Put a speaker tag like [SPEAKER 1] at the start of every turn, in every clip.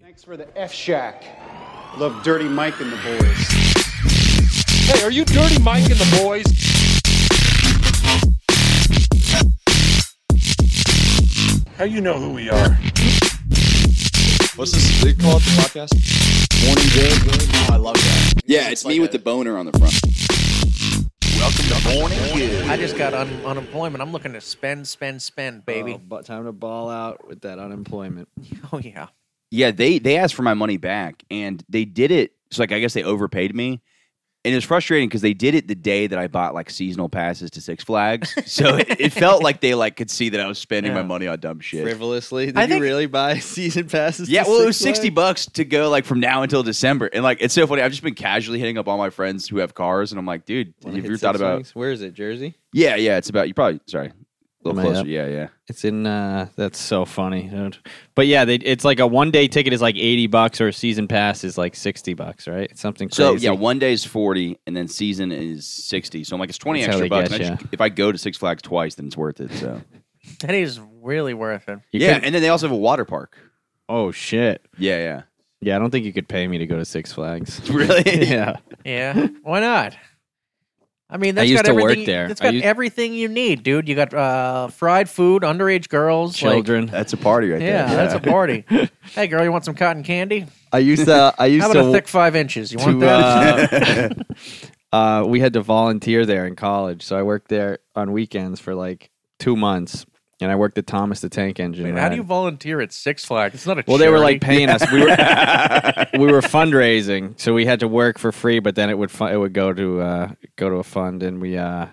[SPEAKER 1] Thanks for the F Shack. Love Dirty Mike and the boys.
[SPEAKER 2] Hey, are you Dirty Mike and the boys? How you know who we are?
[SPEAKER 3] What's this? They call it the podcast? Morning Good. I love that.
[SPEAKER 4] Yeah, it's, me with the boner on the front.
[SPEAKER 5] I just got un- unemployment. I'm looking to spend, spend, spend, baby.
[SPEAKER 3] but time to ball out with that unemployment.
[SPEAKER 5] Oh yeah.
[SPEAKER 4] Yeah, they they asked for my money back, and they did it. So like, I guess they overpaid me, and it was frustrating because they did it the day that I bought like seasonal passes to Six Flags. So it, it felt like they like could see that I was spending my
[SPEAKER 5] Yeah.
[SPEAKER 4] money on dumb shit.
[SPEAKER 3] Frivolously, did
[SPEAKER 5] I
[SPEAKER 3] you
[SPEAKER 5] think-
[SPEAKER 3] really buy season passes?
[SPEAKER 4] Yeah,
[SPEAKER 3] to
[SPEAKER 4] well, it
[SPEAKER 3] Six
[SPEAKER 4] was sixty
[SPEAKER 3] Flags?
[SPEAKER 4] bucks to go like from now until December, and like it's so funny. I've just been casually hitting up all my friends who have cars, and I'm like, dude,
[SPEAKER 3] Wanna hit
[SPEAKER 4] have you ever
[SPEAKER 3] Six
[SPEAKER 4] thought about?
[SPEAKER 3] Flags? Where is it? Jersey?
[SPEAKER 4] Yeah, yeah, it's about you. Probably sorry, a little
[SPEAKER 3] Am I
[SPEAKER 4] closer.
[SPEAKER 3] up?
[SPEAKER 4] Yeah, yeah.
[SPEAKER 3] It's in. uh That's so funny, dude. But yeah, they, it's like a one day ticket is like eighty bucks, or a season pass is like sixty bucks, right? It's something crazy.
[SPEAKER 4] So yeah, one day is forty, and then season is sixty. So I'm like, it's twenty
[SPEAKER 3] That's how
[SPEAKER 4] extra
[SPEAKER 3] they
[SPEAKER 4] bucks.
[SPEAKER 3] get
[SPEAKER 4] and I
[SPEAKER 3] ya.
[SPEAKER 4] just- if I go to Six Flags twice, then it's worth it. So
[SPEAKER 5] That is really worth it.
[SPEAKER 3] You
[SPEAKER 4] yeah,
[SPEAKER 3] couldn't-
[SPEAKER 4] and then they also have a water park.
[SPEAKER 3] oh shit.
[SPEAKER 4] Yeah, yeah.
[SPEAKER 3] Yeah, I don't think you could pay me to go to Six Flags.
[SPEAKER 4] Really?
[SPEAKER 3] yeah.
[SPEAKER 5] Yeah. Why not? I mean, that's
[SPEAKER 3] used
[SPEAKER 5] got
[SPEAKER 3] to work
[SPEAKER 5] everything.
[SPEAKER 3] there.
[SPEAKER 5] It's
[SPEAKER 3] I
[SPEAKER 5] got
[SPEAKER 3] used-
[SPEAKER 5] everything you need, dude. You got uh, fried food, underage girls, like-
[SPEAKER 3] Children.
[SPEAKER 4] That's a party right
[SPEAKER 5] yeah,
[SPEAKER 4] there.
[SPEAKER 5] that's a party. hey, girl, you want some cotton candy?
[SPEAKER 3] I used to. I used
[SPEAKER 5] How about a thick five inches? You want
[SPEAKER 3] to,
[SPEAKER 5] that?
[SPEAKER 3] uh, uh, we had to volunteer there in college, so I worked there on weekends for like two months, and I worked at Thomas the Tank Engine.
[SPEAKER 5] Wait, how do
[SPEAKER 3] ride.
[SPEAKER 5] you volunteer at Six Flags? It's not a
[SPEAKER 3] well, they were like
[SPEAKER 5] charity.
[SPEAKER 3] paying us. We were we were fundraising, so we had to work for free. But then it would fu- it would go to uh, go to a fund, and we uh,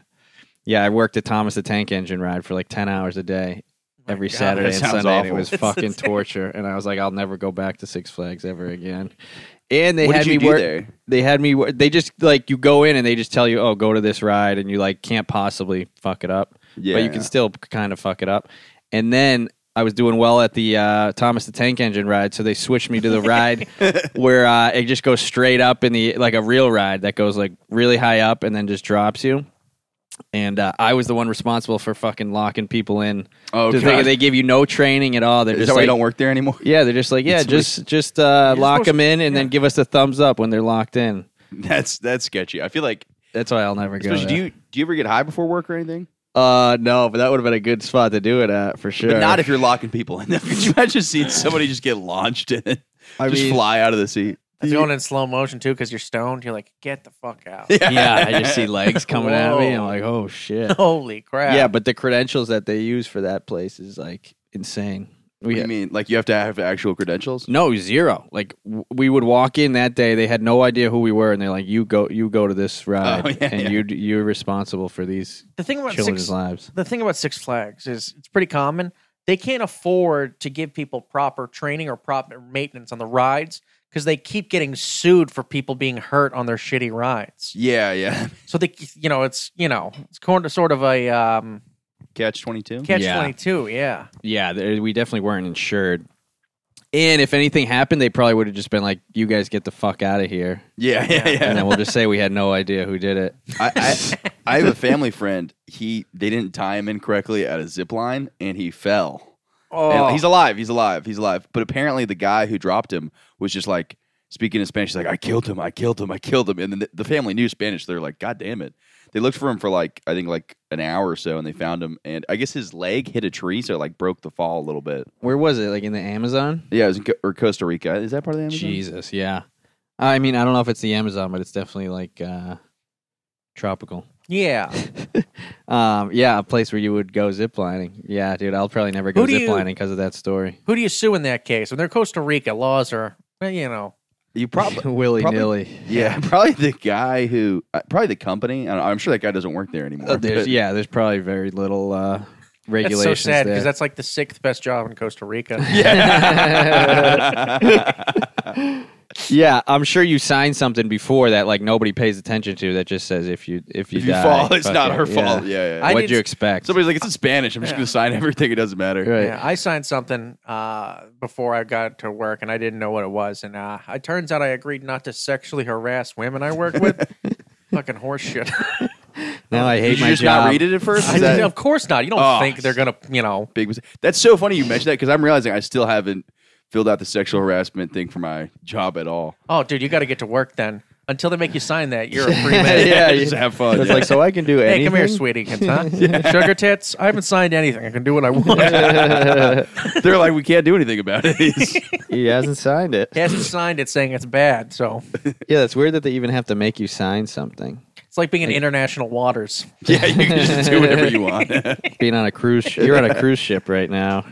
[SPEAKER 3] yeah, I worked at Thomas the Tank Engine ride for like ten hours a day every
[SPEAKER 5] God,
[SPEAKER 3] Saturday
[SPEAKER 4] that
[SPEAKER 3] and
[SPEAKER 4] sounds
[SPEAKER 3] Sunday. and it
[SPEAKER 4] awful.
[SPEAKER 3] was
[SPEAKER 5] That's
[SPEAKER 3] fucking
[SPEAKER 5] insane.
[SPEAKER 3] torture, and I was like, I'll never go back to Six Flags ever again. And they
[SPEAKER 4] What
[SPEAKER 3] had
[SPEAKER 4] did you
[SPEAKER 3] me
[SPEAKER 4] do
[SPEAKER 3] work.
[SPEAKER 4] there?
[SPEAKER 3] They had me. wor- They just like you go in and they just tell you, oh, go to this ride, and you like can't possibly fuck it up. but
[SPEAKER 4] Yeah.
[SPEAKER 3] you can still kind of fuck it up. And then I was doing well at the uh, Thomas the Tank Engine ride, so they switched me to the ride where uh, it just goes straight up in the like a real ride that goes like really high up and then just drops you. And uh, I was the one responsible for fucking locking people in.
[SPEAKER 4] Oh,
[SPEAKER 3] Just
[SPEAKER 4] God.
[SPEAKER 3] thinking they give you no training at all. They're
[SPEAKER 4] Is
[SPEAKER 3] just
[SPEAKER 4] that why
[SPEAKER 3] like,
[SPEAKER 4] you don't work there anymore?
[SPEAKER 3] yeah, they're just like, yeah, just just uh, lock
[SPEAKER 5] supposed-
[SPEAKER 3] them in and then give us the thumbs up when they're locked in.
[SPEAKER 4] That's that's sketchy. I feel like.
[SPEAKER 3] That's why I'll never go.
[SPEAKER 4] especially, do
[SPEAKER 3] there.
[SPEAKER 4] you do you ever get high before work or anything?
[SPEAKER 3] Uh, no, but that would have been a good spot to do it at for sure.
[SPEAKER 4] But not if you're locking people in. Could you imagine seeing somebody just get launched and then
[SPEAKER 3] I
[SPEAKER 4] just
[SPEAKER 3] mean-
[SPEAKER 4] fly out of the seat?
[SPEAKER 5] It's going in slow motion too because you're stoned. You're like, get the fuck out.
[SPEAKER 3] yeah, I just see legs coming at me. I'm
[SPEAKER 5] Whoa.
[SPEAKER 3] like, oh shit.
[SPEAKER 5] Holy crap.
[SPEAKER 3] Yeah, but the credentials that they use for that place is like insane.
[SPEAKER 4] What
[SPEAKER 3] We
[SPEAKER 4] do you mean? Like you have to have actual credentials?
[SPEAKER 3] no zero. Like w- we would walk in that day, they had no idea who we were, and they're like, "You go, you go to this ride,
[SPEAKER 4] Oh, yeah,
[SPEAKER 3] and
[SPEAKER 4] yeah.
[SPEAKER 3] you you're responsible for these
[SPEAKER 5] The thing about
[SPEAKER 3] children's
[SPEAKER 5] Six
[SPEAKER 3] lives."
[SPEAKER 5] the thing about Six Flags is it's pretty common. They can't afford to give people proper training or proper maintenance on the rides because they keep getting sued for people being hurt on their shitty rides.
[SPEAKER 4] Yeah, yeah.
[SPEAKER 5] So they, you know, it's you know, it's kind of sort of a um,
[SPEAKER 4] Catch twenty two.
[SPEAKER 5] catch
[SPEAKER 3] Yeah.
[SPEAKER 5] twenty two. Yeah,
[SPEAKER 3] Yeah, there- we definitely weren't insured. And if anything happened, they probably would have just been like, "You guys get the fuck out of here,"
[SPEAKER 4] Yeah, yeah, yeah.
[SPEAKER 3] and then we'll just say we had no idea who did it.
[SPEAKER 4] I, I, I have a family friend. He they didn't tie him in correctly at a zip line, and he fell. And
[SPEAKER 5] Oh.
[SPEAKER 4] he's alive. He's alive. He's alive. But apparently, the guy who dropped him was just like speaking in Spanish. He's like, "I killed him. I killed him. I killed him." And then the, the family knew Spanish. They're like, "God damn it!" They looked for him for like I think like an hour or so, and they found him. And I guess his leg hit a tree, so it like broke the fall a little bit.
[SPEAKER 3] Where was it? Like in the Amazon?
[SPEAKER 4] Yeah, it was in Co- or Costa Rica. Is that part of the Amazon?
[SPEAKER 3] Jesus, yeah. I mean, I don't know if it's the Amazon, but it's definitely like uh, tropical.
[SPEAKER 5] Oh, yeah.
[SPEAKER 3] Um, yeah, a place where you would go ziplining. Yeah, dude, I'll probably never go
[SPEAKER 5] Who do you-
[SPEAKER 3] ziplining because of that story.
[SPEAKER 5] Who do you sue in that case? When they're Costa Rica, laws are well, you know.
[SPEAKER 4] You probably
[SPEAKER 3] willy nilly.
[SPEAKER 4] Yeah, probably the guy who, uh, probably the company. I don't, I'm sure that guy doesn't work there anymore.
[SPEAKER 3] Uh, Oh, there's,
[SPEAKER 4] but-
[SPEAKER 3] yeah, there's probably very little uh,
[SPEAKER 5] That's
[SPEAKER 3] regulations
[SPEAKER 5] so sad
[SPEAKER 3] there.
[SPEAKER 5] because that's like the sixth best job in Costa Rica.
[SPEAKER 3] yeah, I'm sure you signed something before that, like nobody pays attention to. That just says if you if you,
[SPEAKER 4] If you
[SPEAKER 3] die,
[SPEAKER 4] fall, it's
[SPEAKER 3] fuck
[SPEAKER 4] not
[SPEAKER 3] it.
[SPEAKER 4] her fault. Yeah, yeah, yeah.
[SPEAKER 5] I
[SPEAKER 3] What'd
[SPEAKER 5] did-
[SPEAKER 3] you expect?
[SPEAKER 4] Somebody's like, it's in Spanish. I'm just going to sign everything. It doesn't matter.
[SPEAKER 3] Right.
[SPEAKER 5] Yeah, I signed something uh, before I got to work, and I didn't know what it was. And uh, it turns out I agreed not to sexually harass women I work with. Fucking horseshit.
[SPEAKER 3] now I hate
[SPEAKER 4] Did you
[SPEAKER 3] my
[SPEAKER 4] just
[SPEAKER 3] job.
[SPEAKER 4] not read it at first?
[SPEAKER 5] I
[SPEAKER 4] Is that
[SPEAKER 5] mean, of course not. You don't
[SPEAKER 4] Oh,
[SPEAKER 5] think they're gonna, you know?
[SPEAKER 4] big mistake? That's so funny you mentioned that because I'm realizing I still haven't filled out the sexual harassment thing for my job at all.
[SPEAKER 5] Oh, dude, you got to get to work then. Until they make you sign that, you're a free man.
[SPEAKER 3] yeah,
[SPEAKER 4] Just have fun.
[SPEAKER 3] It's like so I can do anything.
[SPEAKER 5] Hey, come here, sweetie. kids, Huh? Sugar tits. I haven't signed anything. I can do what I want.
[SPEAKER 4] They're like, we can't do anything about it.
[SPEAKER 3] He hasn't signed it.
[SPEAKER 5] he hasn't signed it, saying it's bad. So
[SPEAKER 3] Yeah, that's weird that they even have to make you sign something.
[SPEAKER 5] it's like being in international waters.
[SPEAKER 4] yeah, you can just do whatever you want.
[SPEAKER 3] Being on a cruise, sh- you're on a cruise ship right now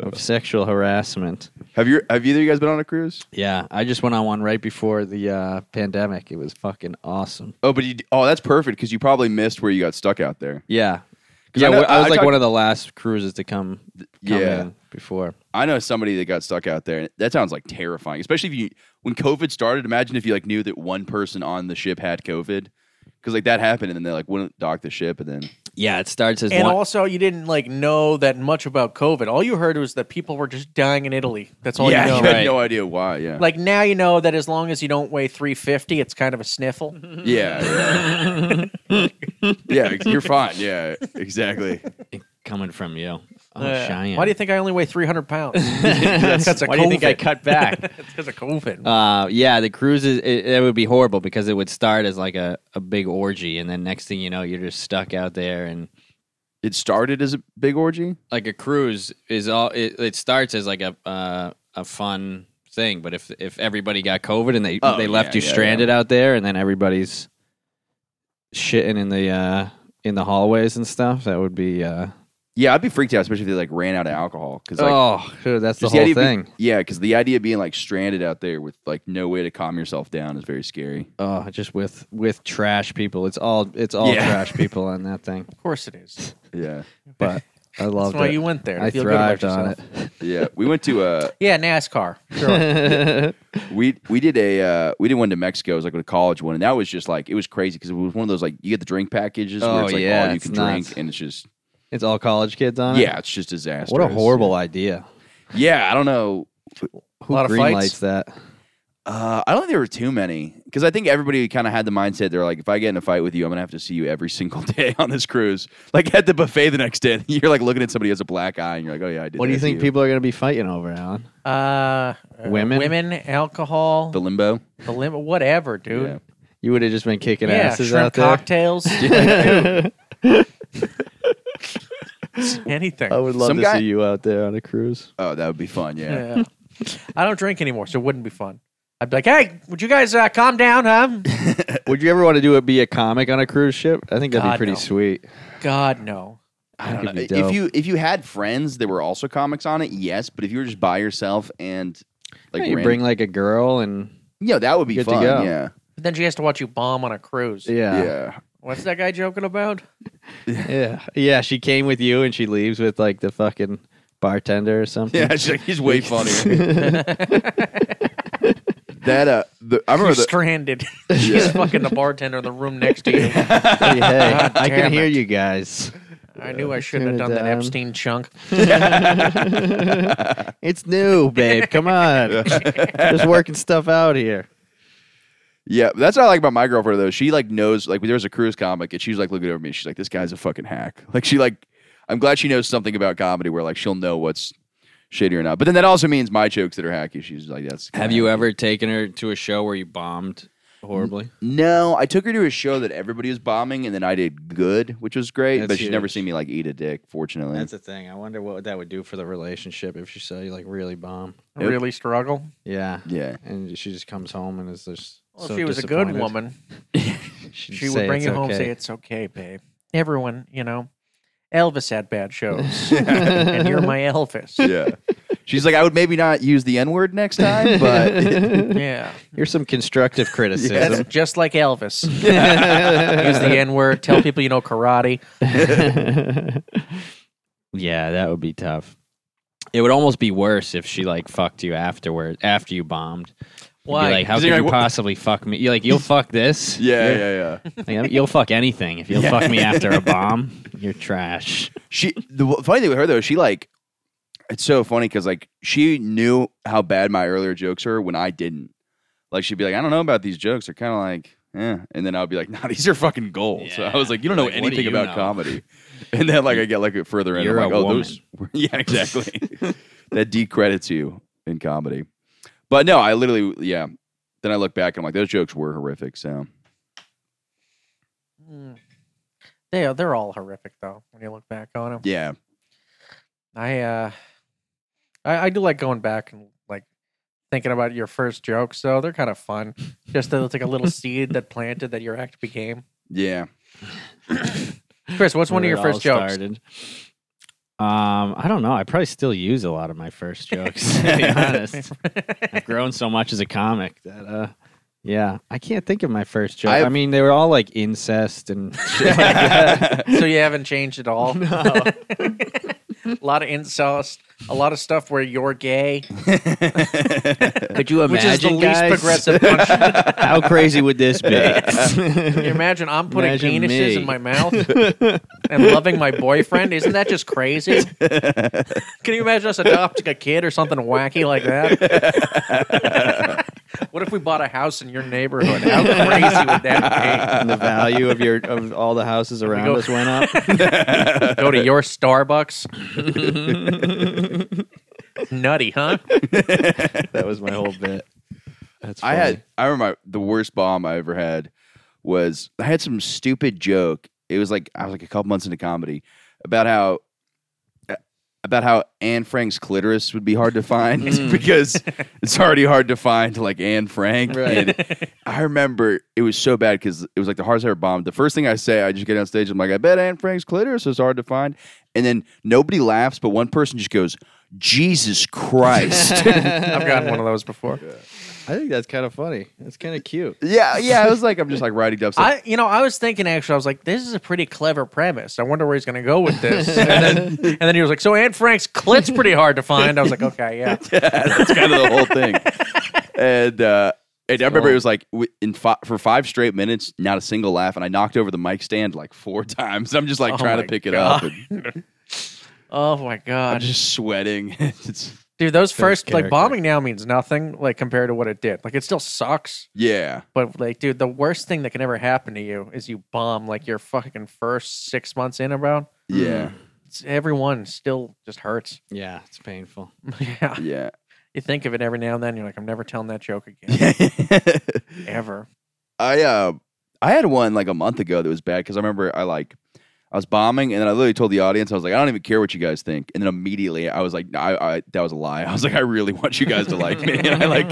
[SPEAKER 3] of sexual harassment.
[SPEAKER 4] have you? Have either of you guys been on a cruise?
[SPEAKER 3] Yeah, I just went on one right before the uh, pandemic. It was fucking awesome.
[SPEAKER 4] Oh, but you, oh, that's perfect because you probably missed where you got stuck out there.
[SPEAKER 3] Yeah,
[SPEAKER 4] 'Cause
[SPEAKER 3] yeah.
[SPEAKER 4] I
[SPEAKER 3] I,
[SPEAKER 4] know-
[SPEAKER 3] I was
[SPEAKER 4] I
[SPEAKER 3] like
[SPEAKER 4] talked-
[SPEAKER 3] one of the last cruises to come. come
[SPEAKER 4] Yeah.
[SPEAKER 3] in before.
[SPEAKER 4] I know somebody that got stuck out there. That sounds like terrifying, especially if you when COVID started. Imagine if you like knew that one person on the ship had COVID, because like that happened, and then they like wouldn't dock the ship, and then
[SPEAKER 3] Yeah, it starts as
[SPEAKER 5] And
[SPEAKER 3] one.
[SPEAKER 5] also, you didn't like know that much about COVID. All you heard was that people were just dying in Italy. That's all you know.
[SPEAKER 4] you had
[SPEAKER 3] Oh, right.
[SPEAKER 4] no idea why. Yeah,
[SPEAKER 5] Like now, you know that as long as you don't weigh 350, it's kind of a sniffle.
[SPEAKER 4] yeah, yeah. yeah, you're fine. Yeah, exactly.
[SPEAKER 3] coming from you. Oh,
[SPEAKER 5] Yeah.
[SPEAKER 3] Cheyenne.
[SPEAKER 5] Why do you think I only weigh 300 pounds? That's because of
[SPEAKER 3] Why do you think I
[SPEAKER 5] COVID.
[SPEAKER 3] cut back?
[SPEAKER 5] It's because of COVID.
[SPEAKER 3] Uh, yeah, the cruises it, it would be horrible because it would start as like a, a big orgy, and then next thing you know, you're just stuck out there, and
[SPEAKER 4] It started as a big orgy.
[SPEAKER 3] like a cruise is all it, it starts as like a uh, a fun thing, but if if everybody got COVID and they
[SPEAKER 4] Oh,
[SPEAKER 3] they left
[SPEAKER 4] yeah,
[SPEAKER 3] you
[SPEAKER 4] yeah,
[SPEAKER 3] stranded out there, and then everybody's shitting in the uh, in the hallways and stuff, that would be uh,
[SPEAKER 4] Yeah, I'd be freaked out, especially if they like ran out of alcohol. Because like,
[SPEAKER 3] oh, dude, that's the
[SPEAKER 4] just
[SPEAKER 3] whole
[SPEAKER 4] idea of
[SPEAKER 3] thing.
[SPEAKER 4] being- yeah, because the idea of being like stranded out there with like no way to calm yourself down is very scary.
[SPEAKER 3] oh, just with with trash people, it's all it's all
[SPEAKER 4] Yeah.
[SPEAKER 3] trash people on that thing.
[SPEAKER 5] of course it is.
[SPEAKER 4] Yeah,
[SPEAKER 3] But I
[SPEAKER 5] That's
[SPEAKER 3] loved
[SPEAKER 5] why
[SPEAKER 3] it.
[SPEAKER 5] you went there. to
[SPEAKER 3] I
[SPEAKER 5] feel good about
[SPEAKER 3] thrived on
[SPEAKER 5] yourself.
[SPEAKER 3] it.
[SPEAKER 4] yeah. We went to uh,
[SPEAKER 5] Yeah, NASCAR. Sure.
[SPEAKER 4] we we did a uh, we did one to Mexico. It was like a college one, and that was just like it was crazy because it was one of those like you get the drink packages
[SPEAKER 3] Oh,
[SPEAKER 4] where it's like
[SPEAKER 3] yeah,
[SPEAKER 4] all you
[SPEAKER 3] it's
[SPEAKER 4] can
[SPEAKER 3] nuts.
[SPEAKER 4] drink, and it's just
[SPEAKER 3] It's all college kids on it.
[SPEAKER 4] yeah, it's just disaster.
[SPEAKER 3] What a horrible idea.
[SPEAKER 4] Yeah, I don't know.
[SPEAKER 3] Who
[SPEAKER 5] Lot of
[SPEAKER 3] green
[SPEAKER 5] fights?
[SPEAKER 3] lights that?
[SPEAKER 4] Uh, I don't think there were too many because I think everybody kind of had the mindset they're like, if I get in a fight with you, I'm gonna have to see you every single day on this cruise. Like at the buffet the next day, you're like looking at somebody who has a black eye, and you're like, oh yeah, I did.
[SPEAKER 3] What do
[SPEAKER 4] that
[SPEAKER 3] you
[SPEAKER 4] to
[SPEAKER 3] think people are going to be fighting over, Alan?
[SPEAKER 5] Uh, uh,
[SPEAKER 3] Women?
[SPEAKER 5] women, alcohol,
[SPEAKER 4] The
[SPEAKER 5] the,
[SPEAKER 4] limbo.
[SPEAKER 5] limit, whatever, dude.
[SPEAKER 3] You would have just been kicking
[SPEAKER 5] Yeah,
[SPEAKER 3] asses
[SPEAKER 5] shrimp
[SPEAKER 3] out there.
[SPEAKER 5] cocktails, anything.
[SPEAKER 3] I would love
[SPEAKER 4] Some
[SPEAKER 3] to
[SPEAKER 4] guy-
[SPEAKER 3] see you out there on a cruise.
[SPEAKER 4] Oh, that would be fun. Yeah.
[SPEAKER 5] Yeah. I don't drink anymore, so it wouldn't be fun. I'd be like, "Hey, would you guys uh, calm down, huh?"
[SPEAKER 3] Would you ever want to do it? Be a comic on a cruise ship? I think that'd
[SPEAKER 5] God,
[SPEAKER 3] be pretty
[SPEAKER 5] no.
[SPEAKER 3] sweet.
[SPEAKER 5] God no.
[SPEAKER 4] I
[SPEAKER 3] That
[SPEAKER 4] don't know.
[SPEAKER 3] could be
[SPEAKER 4] If
[SPEAKER 3] dope.
[SPEAKER 4] you if you had friends that were also comics on it, yes. But if you were just by yourself and like
[SPEAKER 3] you
[SPEAKER 4] ran-
[SPEAKER 3] bring like a girl and
[SPEAKER 4] yeah, that would be
[SPEAKER 3] Good to
[SPEAKER 4] fun.
[SPEAKER 3] go.
[SPEAKER 4] Yeah.
[SPEAKER 5] But then she has to watch you bomb on a cruise.
[SPEAKER 3] yeah. yeah,
[SPEAKER 4] yeah,
[SPEAKER 5] What's that guy joking about?
[SPEAKER 3] yeah, She came with you and she leaves with like the fucking bartender or something.
[SPEAKER 4] yeah. She's like, he's way funnier. that uh, the, I
[SPEAKER 5] You're
[SPEAKER 4] remember the,
[SPEAKER 5] stranded. She's fucking the bartender in the room next to you.
[SPEAKER 3] Hey, hey,
[SPEAKER 5] God
[SPEAKER 3] I can
[SPEAKER 5] damn
[SPEAKER 3] hear
[SPEAKER 5] it.
[SPEAKER 3] you guys.
[SPEAKER 5] I knew I shouldn't have done that
[SPEAKER 3] Damn.
[SPEAKER 5] Epstein chunk.
[SPEAKER 3] It's new, babe. Come on, just working stuff out here.
[SPEAKER 4] yeah. That's what I like about my girlfriend though. She like knows like there was a cruise comic and she's like looking over me. and She's like, this guy's a fucking hack. Like she like, I'm glad she knows something about comedy where like she'll know what's shitty or not. But then that also means my jokes that are hacky. She's like, that's
[SPEAKER 3] Have you ever taken her to a show where you bombed horribly?
[SPEAKER 4] No, I took her to a show that everybody was bombing, and then I did good, which was great.
[SPEAKER 3] That's
[SPEAKER 4] but she's never
[SPEAKER 3] huge.
[SPEAKER 4] seen me like eat a dick. Fortunately,
[SPEAKER 3] That's the thing. I wonder what that would do for the relationship if she saw you like really bomb.
[SPEAKER 4] Nope.
[SPEAKER 5] Really struggle.
[SPEAKER 3] Yeah.
[SPEAKER 4] yeah.
[SPEAKER 3] And she just comes home and is just.
[SPEAKER 5] Well,
[SPEAKER 3] so
[SPEAKER 5] if she was a good
[SPEAKER 3] disappointed.
[SPEAKER 5] woman,
[SPEAKER 3] She'd
[SPEAKER 5] she
[SPEAKER 3] say
[SPEAKER 5] would bring
[SPEAKER 3] it's
[SPEAKER 5] you home and
[SPEAKER 3] okay.
[SPEAKER 5] say, It's okay, babe. Everyone, you know, Elvis had bad shows. and you're my Elvis.
[SPEAKER 4] Yeah, she's like, I would maybe not use the N word next time, but
[SPEAKER 5] Yeah.
[SPEAKER 3] Here's some constructive criticism.
[SPEAKER 5] That's just like Elvis. Use the N word. Tell people you know karate.
[SPEAKER 3] yeah, that would be tough. It would almost be worse if she like fucked you afterward after you bombed. You'd be
[SPEAKER 5] Why?
[SPEAKER 3] like, how
[SPEAKER 4] 'Cause
[SPEAKER 3] could
[SPEAKER 4] you're
[SPEAKER 3] you
[SPEAKER 4] like, what-
[SPEAKER 3] possibly fuck me? You're like, you'll fuck this.
[SPEAKER 4] yeah, yeah, yeah.
[SPEAKER 3] Like, you'll fuck anything if you'll fuck me after a bomb. You're trash.
[SPEAKER 4] She. The w- funny thing with her though, she like, it's so funny because like she knew how bad my earlier jokes were when I didn't. Like she'd be like, I don't know about these jokes. They're kind of like. Yeah. And then I'll be like, nah, these are fucking gold. So I
[SPEAKER 3] Yeah.
[SPEAKER 4] was like, you don't know
[SPEAKER 3] Like, what do
[SPEAKER 4] anything
[SPEAKER 3] you
[SPEAKER 4] about
[SPEAKER 3] know?
[SPEAKER 4] comedy. And then like I get like a further in, I'm
[SPEAKER 3] You're a
[SPEAKER 4] like, oh,
[SPEAKER 3] woman.
[SPEAKER 4] those. yeah, exactly. that decredits you in comedy. But no, I literally, yeah. Then I look back and I'm like, those jokes were horrific. So
[SPEAKER 5] Mm. They are, they're all horrific though when you look back on them.
[SPEAKER 4] yeah,
[SPEAKER 5] I uh, I, I do like going back and like thinking about your first jokes. So they're kind of fun. Just that it's like a little seed that planted that your act became.
[SPEAKER 4] yeah.
[SPEAKER 5] Chris, what's one of
[SPEAKER 3] where
[SPEAKER 5] your
[SPEAKER 3] it
[SPEAKER 5] first
[SPEAKER 3] all
[SPEAKER 5] jokes?
[SPEAKER 3] started. Um, I don't know. I probably still use a lot of my first jokes. to be honest, I've grown so much as a comic that uh, yeah, I can't think of my first joke. i
[SPEAKER 4] I've-
[SPEAKER 3] mean, they were all like incest and shit like that.
[SPEAKER 4] yeah,
[SPEAKER 5] so you haven't changed at all. a lot of incest, a lot of stuff where you're gay,
[SPEAKER 3] Could you
[SPEAKER 5] which is the
[SPEAKER 3] imagine,
[SPEAKER 5] least
[SPEAKER 3] guys?
[SPEAKER 5] progressive. Punch.
[SPEAKER 3] How crazy would this be?
[SPEAKER 5] Can you imagine I'm putting
[SPEAKER 3] Imagine
[SPEAKER 5] penises
[SPEAKER 3] me.
[SPEAKER 5] in my mouth and loving my boyfriend? Isn't that just crazy? Can you imagine us adopting a kid or something wacky like that? what if we bought a house in your neighborhood? How crazy would that
[SPEAKER 3] and the value of your of all the houses around
[SPEAKER 5] go-
[SPEAKER 3] us went up.
[SPEAKER 5] be? Go to your Starbucks. Nutty, huh?
[SPEAKER 3] that was my whole bit. That's
[SPEAKER 4] I
[SPEAKER 3] funny.
[SPEAKER 4] had I remember the worst bomb I ever had was I had some stupid joke. It was like I was like a couple months into comedy about how uh, about how Anne Frank's clitoris would be hard to find
[SPEAKER 3] Mm.
[SPEAKER 4] because it's already hard to find like Anne Frank.
[SPEAKER 3] Right.
[SPEAKER 4] And I remember it was so bad because it was like the hardest I ever bombed. The first thing I say, I just get on stage. I'm like, I bet Anne Frank's clitoris is hard to find. And then nobody laughs, but one person just goes, Jesus Christ.
[SPEAKER 5] I've gotten one of those before.
[SPEAKER 3] I think that's kind of funny. That's kind of cute.
[SPEAKER 4] yeah, yeah. I was like, I'm just like writing up. stuff.
[SPEAKER 5] I, you know, I was thinking actually, I was like, this is a pretty clever premise. I wonder where he's going to go with this. And then, and then he was like, so Anne Frank's clit's pretty hard to find. I was like, okay, yeah.
[SPEAKER 4] That's kind of the whole thing. And uh, and I remember it was like w- in fi- for five straight minutes, not a single laugh, and I knocked over the mic stand like four times. I'm just like
[SPEAKER 5] Oh
[SPEAKER 4] trying
[SPEAKER 5] my
[SPEAKER 4] to pick it up.
[SPEAKER 5] God.
[SPEAKER 4] And
[SPEAKER 5] Oh my
[SPEAKER 4] I'm
[SPEAKER 5] god,
[SPEAKER 4] just sweating. it's,
[SPEAKER 5] dude! Those first like
[SPEAKER 3] character.
[SPEAKER 5] bombing now means nothing like compared to what it did. Like it still sucks,
[SPEAKER 4] yeah,
[SPEAKER 5] but like, dude, the worst thing that can ever happen to you is you bomb like your fucking first six months in about.
[SPEAKER 4] yeah,
[SPEAKER 5] It's, everyone still just hurts.
[SPEAKER 3] Mm. Yeah, it's painful.
[SPEAKER 5] yeah,
[SPEAKER 4] yeah.
[SPEAKER 5] you think of it every now and then. You're like, I'm never telling that joke again,
[SPEAKER 4] I
[SPEAKER 5] ever.
[SPEAKER 4] uh, I had one like a month ago that was bad because I remember I like. I was bombing, and then I literally told the audience, I was like, I don't even care what you guys think. And then immediately, I was like, I, I that was a lie. I was like, I really want you guys to like me. And I like,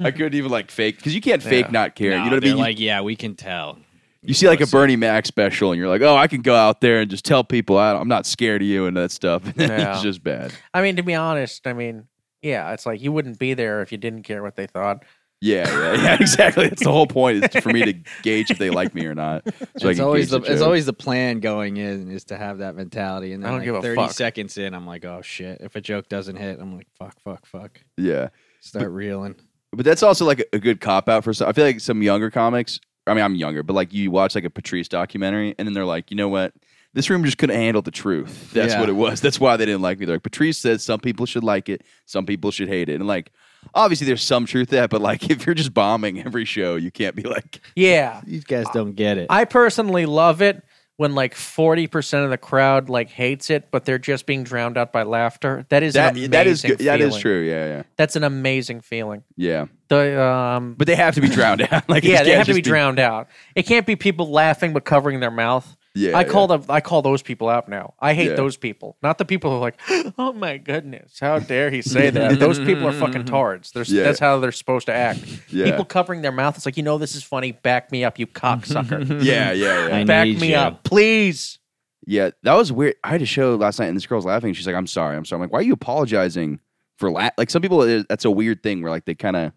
[SPEAKER 4] I couldn't even like fake because you can't fake
[SPEAKER 5] Yeah.
[SPEAKER 4] not care. you know what I mean? You-
[SPEAKER 3] Like, yeah, we can tell.
[SPEAKER 4] You see like a Bernie Mac special, and you're like, "Oh, I can go out there and just tell people I, I'm not scared of you and that stuff." And
[SPEAKER 5] Yeah.
[SPEAKER 4] it's just bad.
[SPEAKER 5] I mean, to be honest, I mean, yeah, it's like you wouldn't be there if you didn't care what they thought.
[SPEAKER 4] Yeah, yeah, yeah, exactly. That's the whole point is for me to gauge if they like me or not. So I
[SPEAKER 3] it's
[SPEAKER 4] can
[SPEAKER 3] always
[SPEAKER 4] gauge
[SPEAKER 3] the, it's
[SPEAKER 4] joke.
[SPEAKER 3] always the plan going in is to have that mentality, and then
[SPEAKER 5] I don't
[SPEAKER 3] like
[SPEAKER 5] give a
[SPEAKER 3] 30
[SPEAKER 5] fuck.
[SPEAKER 3] seconds in, I'm like, oh shit! If a joke doesn't hit, I'm like, fuck, fuck, fuck.
[SPEAKER 4] yeah.
[SPEAKER 3] Start reeling.
[SPEAKER 4] But that's also like a, a good cop out for some. I feel like some younger comics. I mean, I'm younger, but like you watch like a Patrice documentary, and then they're like, you know what? This room just couldn't handle the truth. That's
[SPEAKER 3] Yeah.
[SPEAKER 4] what it was. That's why they didn't like me. They're like, Patrice says some people should like it, some people should hate it, and like obviously there's some truth to that, but like if you're just bombing every show, you can't be like,
[SPEAKER 5] Yeah,
[SPEAKER 3] These guys don't get it.
[SPEAKER 5] I personally love it when like 40% of the crowd like hates it, but they're just being drowned out by laughter. That is
[SPEAKER 4] that.
[SPEAKER 5] an amazing
[SPEAKER 4] That is good. That is
[SPEAKER 5] feeling.
[SPEAKER 4] true. Yeah, yeah,
[SPEAKER 5] That's an amazing feeling.
[SPEAKER 4] yeah.
[SPEAKER 5] The um
[SPEAKER 4] But they have to be drowned out. Like it
[SPEAKER 5] yeah, they
[SPEAKER 4] can't
[SPEAKER 5] have to
[SPEAKER 4] just
[SPEAKER 5] be drowned out. It can't be people laughing but covering their mouth.
[SPEAKER 4] Yeah,
[SPEAKER 5] I call them I call those people out now. I hate
[SPEAKER 4] Yeah.
[SPEAKER 5] those people. Not the people who are like, "Oh my goodness, how dare he say that?" those people are fucking tards. They're,
[SPEAKER 4] Yeah.
[SPEAKER 5] That's how they're supposed to act.
[SPEAKER 4] Yeah.
[SPEAKER 5] People covering their mouth, it's like, "You know this is funny. Back me up, you cocksucker."
[SPEAKER 4] Yeah, yeah, yeah.
[SPEAKER 3] I
[SPEAKER 5] Back
[SPEAKER 3] need
[SPEAKER 5] me
[SPEAKER 3] you.
[SPEAKER 5] up, please.
[SPEAKER 4] Yeah, that was weird. I had a show last night, and this girl's laughing. She's like, "I'm sorry, I'm sorry." I'm like, "Why are you apologizing for la-? like some people?" it- That's a weird thing where like they kind of,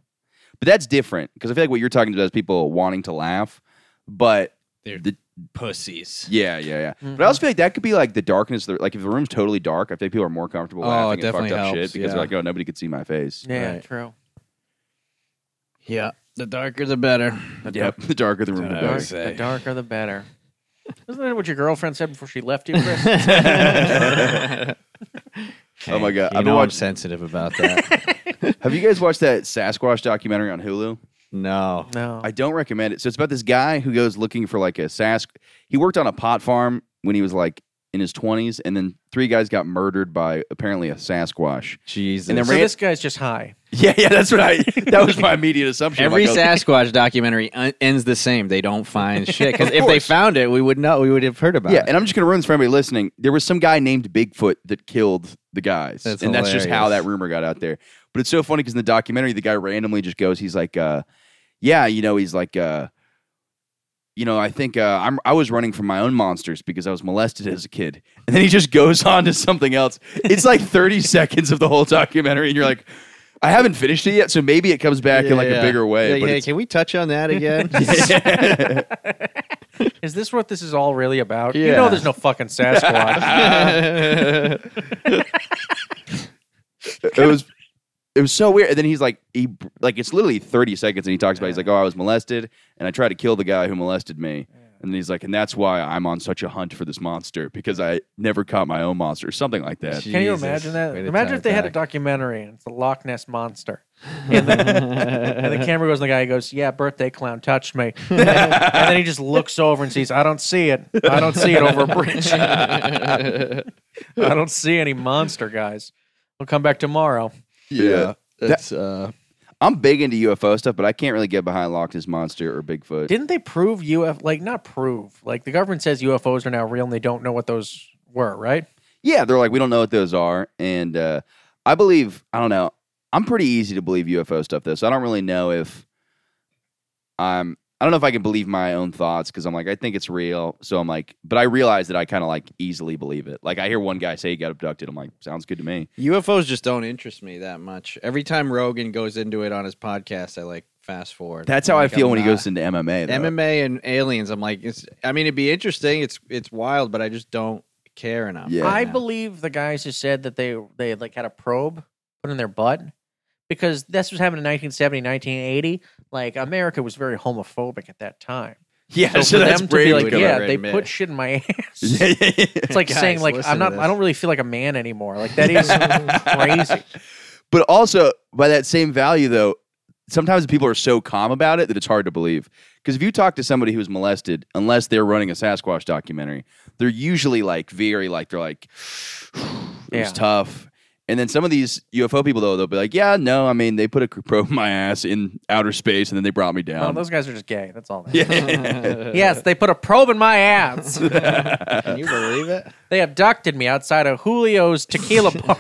[SPEAKER 4] but that's different because I feel like what you're talking about is people wanting to laugh, but
[SPEAKER 3] They're
[SPEAKER 4] the-
[SPEAKER 3] pussies.
[SPEAKER 4] yeah, yeah, yeah.
[SPEAKER 3] Mm-hmm.
[SPEAKER 4] But I also feel like that could be like the darkness. Of the, like if the room's totally dark, I think people are more comfortable
[SPEAKER 3] Oh,
[SPEAKER 4] laughing
[SPEAKER 3] it
[SPEAKER 4] at fucked
[SPEAKER 3] definitely
[SPEAKER 4] up
[SPEAKER 3] helps,
[SPEAKER 4] shit
[SPEAKER 3] yeah.
[SPEAKER 4] because they're like, "Oh, nobody could see my face."
[SPEAKER 5] Yeah,
[SPEAKER 3] Right.
[SPEAKER 5] true.
[SPEAKER 3] Yeah, the darker the better.
[SPEAKER 4] Yep, the darker the room, the
[SPEAKER 3] I
[SPEAKER 4] better.
[SPEAKER 3] would say.
[SPEAKER 5] The darker the better. Isn't that what your girlfriend said before she left you, Chris?
[SPEAKER 4] Oh my God,
[SPEAKER 3] You
[SPEAKER 4] I've been
[SPEAKER 3] know I'm
[SPEAKER 4] watching-
[SPEAKER 3] sensitive about that.
[SPEAKER 4] Have you guys watched that Sasquatch documentary on Hulu?
[SPEAKER 3] no,
[SPEAKER 5] no.
[SPEAKER 4] I don't recommend it. So it's about this guy who goes looking for like a Sask. He worked on a pot farm when he was like in his 20s, and then three guys got murdered by apparently a Sasquatch.
[SPEAKER 3] Jesus.
[SPEAKER 4] And then
[SPEAKER 5] So
[SPEAKER 4] Ran-
[SPEAKER 5] this guy's just high.
[SPEAKER 4] Yeah, yeah, that's what I. That was my immediate assumption.
[SPEAKER 3] Every
[SPEAKER 4] Like, oh,
[SPEAKER 3] Sasquatch documentary un- ends the same. They don't find shit because if they
[SPEAKER 4] course.
[SPEAKER 3] found it, we would know. We would have heard about
[SPEAKER 4] Yeah,
[SPEAKER 3] it.
[SPEAKER 4] and I'm just gonna ruin this for anybody listening. There was some guy named Bigfoot that killed the guys,
[SPEAKER 3] That's
[SPEAKER 4] and that's just how
[SPEAKER 3] hilarious.
[SPEAKER 4] that rumor got out there. But it's so funny because in the documentary, the guy randomly just goes, he's like, uh, "Yeah, you know, he's like, uh, you know, I think uh, I'm I was running from my own monsters because I was molested as a kid," and then he just goes on to something else. It's like 30 seconds of the whole documentary, and you're like. I haven't finished it yet, so maybe it comes back in like a bigger way.
[SPEAKER 3] Like,
[SPEAKER 4] but
[SPEAKER 3] hey,
[SPEAKER 4] it's-
[SPEAKER 3] can we touch on that again?
[SPEAKER 5] Is this what this is all really about? You
[SPEAKER 3] Yeah.
[SPEAKER 5] know, there's no fucking Sasquatch.
[SPEAKER 4] it was it was so weird. And then he's like he like it's literally 30 seconds and he talks about he's like, Oh, I was molested and I tried to kill the guy who molested me. And then he's like, and that's why I'm on such a hunt for this monster because I never caught my own monster, or something like that.
[SPEAKER 5] Can you
[SPEAKER 3] Jesus.
[SPEAKER 5] imagine that?
[SPEAKER 3] Way to
[SPEAKER 5] Imagine
[SPEAKER 3] tie
[SPEAKER 5] if they had a
[SPEAKER 3] it
[SPEAKER 5] documentary and it's the Loch Ness monster. And the, and the camera goes, and the guy goes, "Yeah, birthday clown touched me," and then he just looks over and sees, "I don't see it. I don't see it over a bridge. I don't see any monster guys." We'll come back tomorrow.
[SPEAKER 4] Yeah.
[SPEAKER 3] That's, uh,
[SPEAKER 4] I'm big into UFO stuff, but I can't really get behind Loch Ness Monster or Bigfoot.
[SPEAKER 5] Didn't they prove UFO? Like, not prove. Like the government says UFOs are now real, and they don't know what those were. Right?
[SPEAKER 4] yeah, they're like, we don't know what those are. And uh, I believe, I don't know, I'm pretty easy to believe UFO stuff, though. So I don't really know if I'm, I don't know if I can believe my own thoughts because I'm like, I think it's real. So I'm like, but I realize that I kind of like easily believe it. Like I hear one guy say he got abducted. I'm like, sounds good to me.
[SPEAKER 3] UFOs just don't interest me that much. Every time Rogan goes into it on his podcast, I like fast forward.
[SPEAKER 4] That's how I
[SPEAKER 3] Like,
[SPEAKER 4] feel
[SPEAKER 3] I'm
[SPEAKER 4] when he
[SPEAKER 3] not-
[SPEAKER 4] goes into MMA. Though.
[SPEAKER 3] MMA and aliens. I'm like, it's. I mean, it'd be interesting. It's it's wild, but I just don't care enough.
[SPEAKER 4] Yeah.
[SPEAKER 5] I believe the guys who said that they they like had a probe put in their butt because this was happening in 1970, 1980. Like America was very homophobic at that time.
[SPEAKER 4] Yeah,
[SPEAKER 5] So,
[SPEAKER 4] so,
[SPEAKER 5] for
[SPEAKER 4] that's
[SPEAKER 5] them to be like,
[SPEAKER 3] to
[SPEAKER 5] yeah,
[SPEAKER 3] already
[SPEAKER 5] they
[SPEAKER 3] admit
[SPEAKER 5] put
[SPEAKER 3] it."
[SPEAKER 5] shit in my ass.
[SPEAKER 4] yeah.
[SPEAKER 5] It's like
[SPEAKER 3] Guys,
[SPEAKER 5] saying like
[SPEAKER 3] listen
[SPEAKER 5] I'm
[SPEAKER 3] to
[SPEAKER 5] not I
[SPEAKER 3] this.
[SPEAKER 5] don't really feel like a man anymore. Like that is crazy.
[SPEAKER 4] But also, by that same value, though, sometimes people are so calm about it that it's hard to believe. Because if you talk to somebody who's molested, unless they're running a Sasquatch documentary, they're usually like very like they're like, it
[SPEAKER 5] Yeah.
[SPEAKER 4] was tough. And then some of these UFO people though, they'll be like, yeah, no, I mean, they put a probe in my ass in outer space and then they brought me
[SPEAKER 5] No,
[SPEAKER 4] down.
[SPEAKER 5] Oh, those guys are just gay. That's all. That is.
[SPEAKER 4] yeah.
[SPEAKER 5] Yes, they put a probe in my ass.
[SPEAKER 3] Can you believe it?
[SPEAKER 5] they abducted me outside of Julio's tequila bar.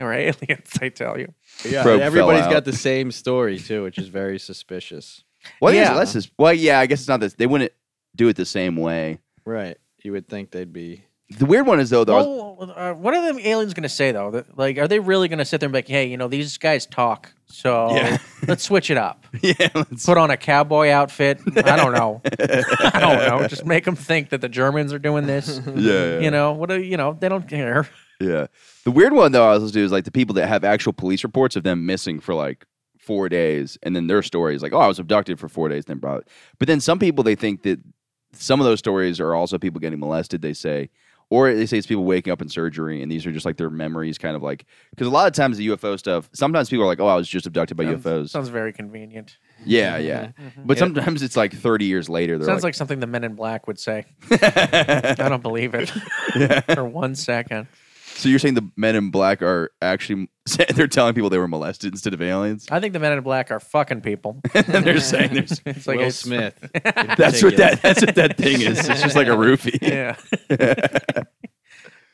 [SPEAKER 5] All right, aliens, I tell you.
[SPEAKER 3] Yeah,
[SPEAKER 4] Probe
[SPEAKER 3] and everybody's
[SPEAKER 4] fell out.
[SPEAKER 3] got the same story too, which is very suspicious.
[SPEAKER 4] well, yeah.
[SPEAKER 5] Yeah.
[SPEAKER 4] Less is, well, yeah, I guess it's not this. They wouldn't do it the same way.
[SPEAKER 3] Right. You would think they'd be.
[SPEAKER 4] The weird one is though, though, I was-
[SPEAKER 5] Well, uh, what are the aliens going to say though? That- Like, are they really going to sit there and be like, "Hey, you know, these guys talk, so
[SPEAKER 4] Yeah.
[SPEAKER 5] let's switch it up.
[SPEAKER 4] yeah, let's-
[SPEAKER 5] Put on a cowboy outfit. I don't know. I don't know. Just make them think that the Germans are doing this.
[SPEAKER 4] yeah, yeah.
[SPEAKER 5] You know what? Are, you know they don't care.
[SPEAKER 4] Yeah. The weird one though I was listening to is like the people that have actual police reports of them missing for like four days and then their story is like, Oh, I was abducted for four days, then brought but then some people they think that some of those stories are also people getting molested, they say. Or they say it's people waking up in surgery, and these are just like their memories, kind of like because a lot of times the UFO stuff. Sometimes people are like, "Oh, I was just abducted by UFOs."
[SPEAKER 5] Sounds very convenient.
[SPEAKER 4] yeah, yeah. But sometimes it's like thirty years later. They're
[SPEAKER 5] Sounds
[SPEAKER 4] like,
[SPEAKER 5] like something the Men in Black would say. I don't believe it for one second.
[SPEAKER 4] "So you're saying the men in black are actually they're telling people they were molested instead of aliens?"
[SPEAKER 5] I think the Men in Black are fucking people.
[SPEAKER 4] and they're saying there's
[SPEAKER 5] It's like
[SPEAKER 3] Will
[SPEAKER 5] a-
[SPEAKER 3] Smith. in
[SPEAKER 4] That's
[SPEAKER 3] particular.
[SPEAKER 4] what that. That's what that thing is. It's just like a roofie.
[SPEAKER 5] Yeah.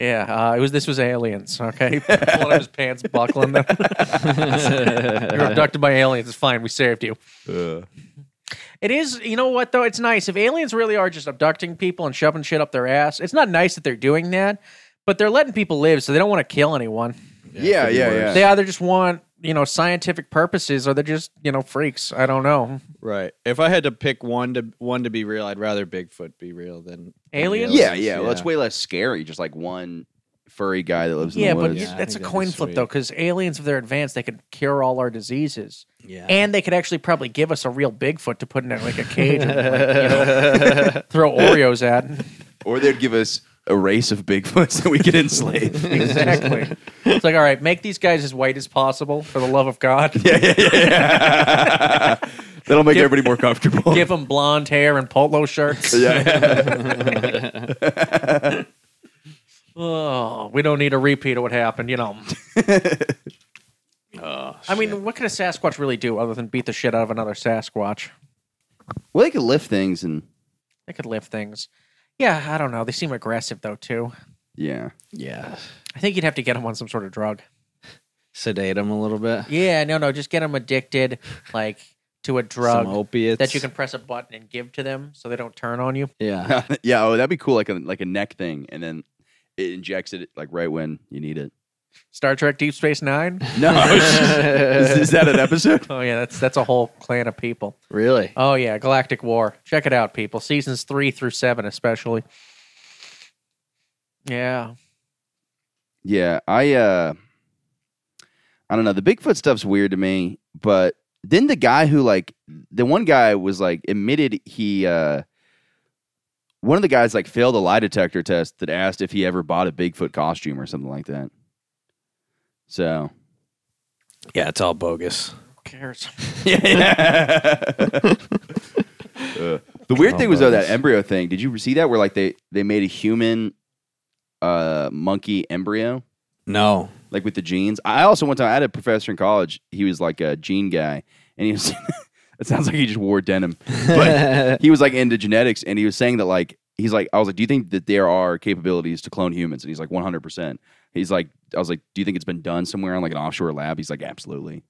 [SPEAKER 5] yeah. Uh, it was this was aliens. Okay. One of his pants buckling. Them. You're abducted by aliens. It's fine. We saved you. It is. You know what though? It's nice if aliens really are just abducting people and shoving shit up their ass. It's not nice that they're doing that, but they're letting people live, so they don't want to kill anyone.
[SPEAKER 4] Yeah, yeah, yeah.
[SPEAKER 5] They either just want you know scientific purposes, or they're just you know freaks. I don't know.
[SPEAKER 3] Right. If I had to pick one to one to be real, I'd rather Bigfoot be real than
[SPEAKER 5] Aliens?
[SPEAKER 4] yeah, yeah. Well, it's way less scary. Just like one furry guy that lives in
[SPEAKER 5] Yeah,
[SPEAKER 4] the
[SPEAKER 5] but
[SPEAKER 4] woods.
[SPEAKER 3] I
[SPEAKER 5] that's a
[SPEAKER 3] think that'd be
[SPEAKER 5] coin flip
[SPEAKER 3] sweet.
[SPEAKER 5] though, because aliens, if they're advanced, they could cure all our diseases.
[SPEAKER 3] Yeah.
[SPEAKER 5] and they could actually probably give us a real Bigfoot to put in like a cage and like, you know, throw Oreos at.
[SPEAKER 4] Or they'd give us a race of Bigfoots that we could enslave.
[SPEAKER 5] Exactly. it's like, all right, make these guys as white as possible for the love of God.
[SPEAKER 4] That'll make everybody more comfortable.
[SPEAKER 5] Give them blonde hair and polo shirts.
[SPEAKER 4] yeah.
[SPEAKER 5] Oh, we don't need a repeat of what happened, you know. I mean, what could a Sasquatch really do other than beat the shit out of another Sasquatch?
[SPEAKER 4] well, they could lift things and
[SPEAKER 5] They could lift things. Yeah, I don't know. They seem aggressive though too.
[SPEAKER 4] yeah.
[SPEAKER 3] Yeah.
[SPEAKER 5] I think you'd have to get them on some sort of drug.
[SPEAKER 3] Sedate them a little bit.
[SPEAKER 5] Yeah, no, no, just get them addicted, like to a drug
[SPEAKER 3] Some opiates.
[SPEAKER 5] that you can press a button and give to them, so they don't turn on you.
[SPEAKER 3] Yeah.
[SPEAKER 4] yeah. Oh, that'd be cool. Like a like a neck thing, and then it injects it like right when you need it.
[SPEAKER 5] Star Trek: Deep Space Nine.
[SPEAKER 4] No, is, is that an episode?
[SPEAKER 5] Oh yeah, that's that's a whole clan of people.
[SPEAKER 3] Really?
[SPEAKER 5] Oh yeah, Galactic War. Check it out, people. Seasons three through seven, especially. Yeah,
[SPEAKER 4] Yeah, I uh I don't know. The Bigfoot stuff's weird to me, but then the guy who like the one guy was like admitted he uh one of the guys like failed a lie detector test that asked if he ever bought a Bigfoot costume or something like that. So
[SPEAKER 3] Yeah, it's all bogus.
[SPEAKER 5] who cares?
[SPEAKER 4] Uh, the weird thing was though that embryo thing. Did you see that where like they they made a human uh monkey embryo?
[SPEAKER 3] No.
[SPEAKER 4] like with the genes. I also one time I had a professor in college. He was like a gene guy, and he was. it sounds like he just wore denim, but he was like into genetics, and he was saying that like he's like I was like, do you think that there are capabilities to clone humans? And he's like, one hundred percent. He's like, I was like, do you think it's been done somewhere on like an offshore lab? He's like, absolutely.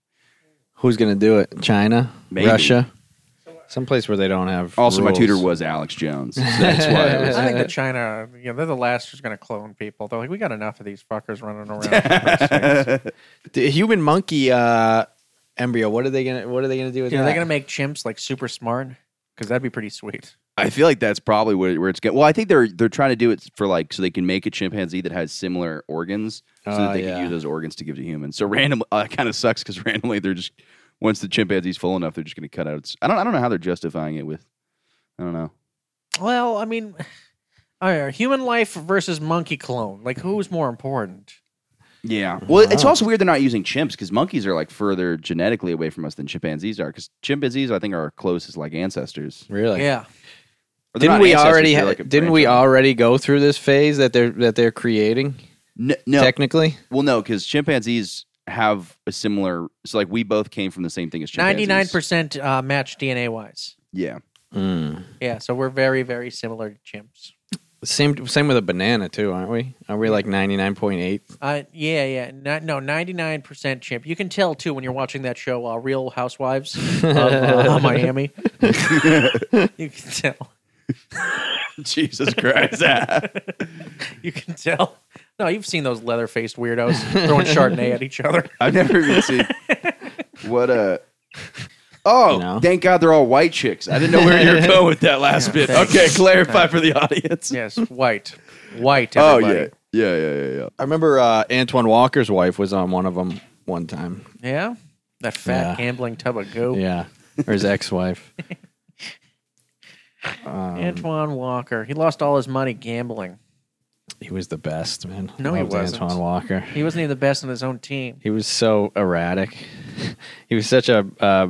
[SPEAKER 3] Who's going to do it? China?
[SPEAKER 4] Maybe.
[SPEAKER 3] Russia? Someplace where they don't have.
[SPEAKER 4] Also, my
[SPEAKER 3] rules.
[SPEAKER 4] tutor was Alex Jones. So that's why. It was,
[SPEAKER 5] I think that China, you know, they're the last who's going to clone people. They're like, we got enough of these fuckers running around.
[SPEAKER 3] The human monkey uh, embryo. What are they going to What are they going to do with
[SPEAKER 5] you know,
[SPEAKER 3] that?
[SPEAKER 5] they're going to make chimps like super smart because that'd be pretty sweet.
[SPEAKER 4] I feel like that's probably where, where it's going. Well, I think they're they're trying to do it for like so they can make a chimpanzee that has similar organs, so
[SPEAKER 3] Ah,
[SPEAKER 4] that they
[SPEAKER 3] yeah.
[SPEAKER 4] can use those organs to give to humans. So random uh, kind of sucks because randomly they're just once the chimpanzee's full enough, they're just going to cut out. Its, I don't I don't know how they're justifying it with. I don't know.
[SPEAKER 5] Well, I mean, all right, human life versus monkey clone. Like, who's more important?
[SPEAKER 4] Yeah. Well, it's also weird they're not using chimps because monkeys are like further genetically away from us than chimpanzees are because chimpanzees I think are our closest like ancestors.
[SPEAKER 3] really?
[SPEAKER 5] yeah.
[SPEAKER 4] Or they're
[SPEAKER 3] Didn't
[SPEAKER 4] not
[SPEAKER 3] we
[SPEAKER 4] ancestors,
[SPEAKER 3] already?
[SPEAKER 4] they're
[SPEAKER 3] Ha-
[SPEAKER 4] like a
[SPEAKER 3] didn't
[SPEAKER 4] branch
[SPEAKER 3] we
[SPEAKER 4] of-
[SPEAKER 3] already go through this phase that they're that they're creating?
[SPEAKER 4] N- no,
[SPEAKER 3] Technically,
[SPEAKER 4] well, no, because chimpanzees have a similar. So like we both came from the same thing as chimpanzees.
[SPEAKER 5] 99% uh, match DNA wise.
[SPEAKER 4] Yeah. Hmm.
[SPEAKER 5] Yeah, so we're very, very similar to chimps.
[SPEAKER 3] same same with a banana too, aren't we? Are we like ninety nine point eight?
[SPEAKER 5] Uh, yeah, yeah. Ni- no, 99% chimp. You can tell, too, when you're watching that show, uh, Real Housewives of uh, Miami. you can tell.
[SPEAKER 4] Jesus Christ.
[SPEAKER 5] You can tell. No, you've seen those leather faced weirdos throwing Chardonnay at each other.
[SPEAKER 4] I've never even seen what a Oh,
[SPEAKER 3] No.
[SPEAKER 4] thank God they're all white chicks. I didn't know where you were going with that last bit. Okay, clarify for the audience.
[SPEAKER 5] Yes, white. White.
[SPEAKER 4] Oh yeah.
[SPEAKER 5] Everybody.
[SPEAKER 4] Yeah, yeah, yeah, yeah.
[SPEAKER 3] I remember uh, Antoine Walker's wife was on one of them one time.
[SPEAKER 5] Yeah? That fat
[SPEAKER 3] Yeah.
[SPEAKER 5] gambling tub of goo.
[SPEAKER 3] Yeah, or his ex wife.
[SPEAKER 5] Antoine Walker. He lost all his money gambling.
[SPEAKER 3] He was the best man.
[SPEAKER 5] No, he
[SPEAKER 3] Loved
[SPEAKER 5] wasn't.
[SPEAKER 3] Antoine Walker.
[SPEAKER 5] He wasn't even the best on his own team.
[SPEAKER 3] He was so erratic. he was such a uh,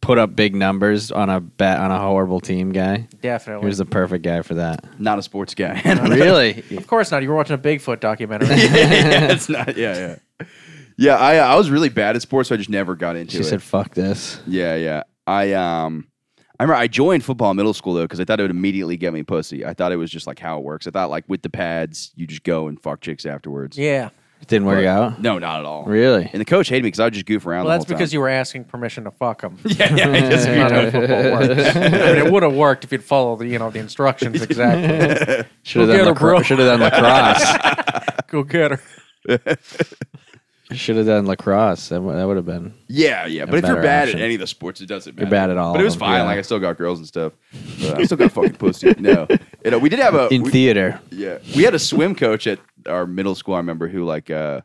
[SPEAKER 3] put up big numbers on a bet on a horrible team guy. He
[SPEAKER 5] Definitely.
[SPEAKER 3] was the perfect guy for that.
[SPEAKER 4] Not a sports guy.
[SPEAKER 3] really?
[SPEAKER 5] Of course not. You were watching a Bigfoot documentary.
[SPEAKER 4] yeah, it's not. Yeah, yeah. Yeah, I I was really bad at sports, so I just never got into
[SPEAKER 3] She
[SPEAKER 4] it.
[SPEAKER 3] said, "Fuck this."
[SPEAKER 4] yeah, yeah. I um I remember I joined football in middle school though because I thought it would immediately get me pussy. I thought it was just like how it works. I thought like with the pads, you just go and fuck chicks afterwards.
[SPEAKER 5] yeah.
[SPEAKER 3] Didn't work out.
[SPEAKER 4] No, not at all.
[SPEAKER 3] Really?
[SPEAKER 4] And the coach hated me because I would just goof around.
[SPEAKER 5] Well, that's
[SPEAKER 4] the whole
[SPEAKER 5] because
[SPEAKER 4] time.
[SPEAKER 5] you were asking permission to fuck him.
[SPEAKER 4] Yeah, yeah, I just
[SPEAKER 5] Not how football works. I mean, it would have worked if you'd followed the you know the instructions exactly.
[SPEAKER 3] Should
[SPEAKER 5] Go
[SPEAKER 3] have
[SPEAKER 5] get
[SPEAKER 3] done,
[SPEAKER 5] her, bro.
[SPEAKER 3] lacro- should have done lacrosse.
[SPEAKER 5] Go get her.
[SPEAKER 3] should have done lacrosse. That, w- that would have been.
[SPEAKER 4] Yeah, yeah. But if you're
[SPEAKER 3] better
[SPEAKER 4] bad
[SPEAKER 3] option.
[SPEAKER 4] at any of the sports, it doesn't matter.
[SPEAKER 3] You're bad at all
[SPEAKER 4] But it was
[SPEAKER 3] of them,
[SPEAKER 4] fine.
[SPEAKER 3] yeah.
[SPEAKER 4] Like I still got girls and stuff. But I still got fucking pussy. No, you know, we did have a
[SPEAKER 3] In
[SPEAKER 4] we-
[SPEAKER 3] theater.
[SPEAKER 4] yeah. We had a swim coach at our middle school. I remember who like uh,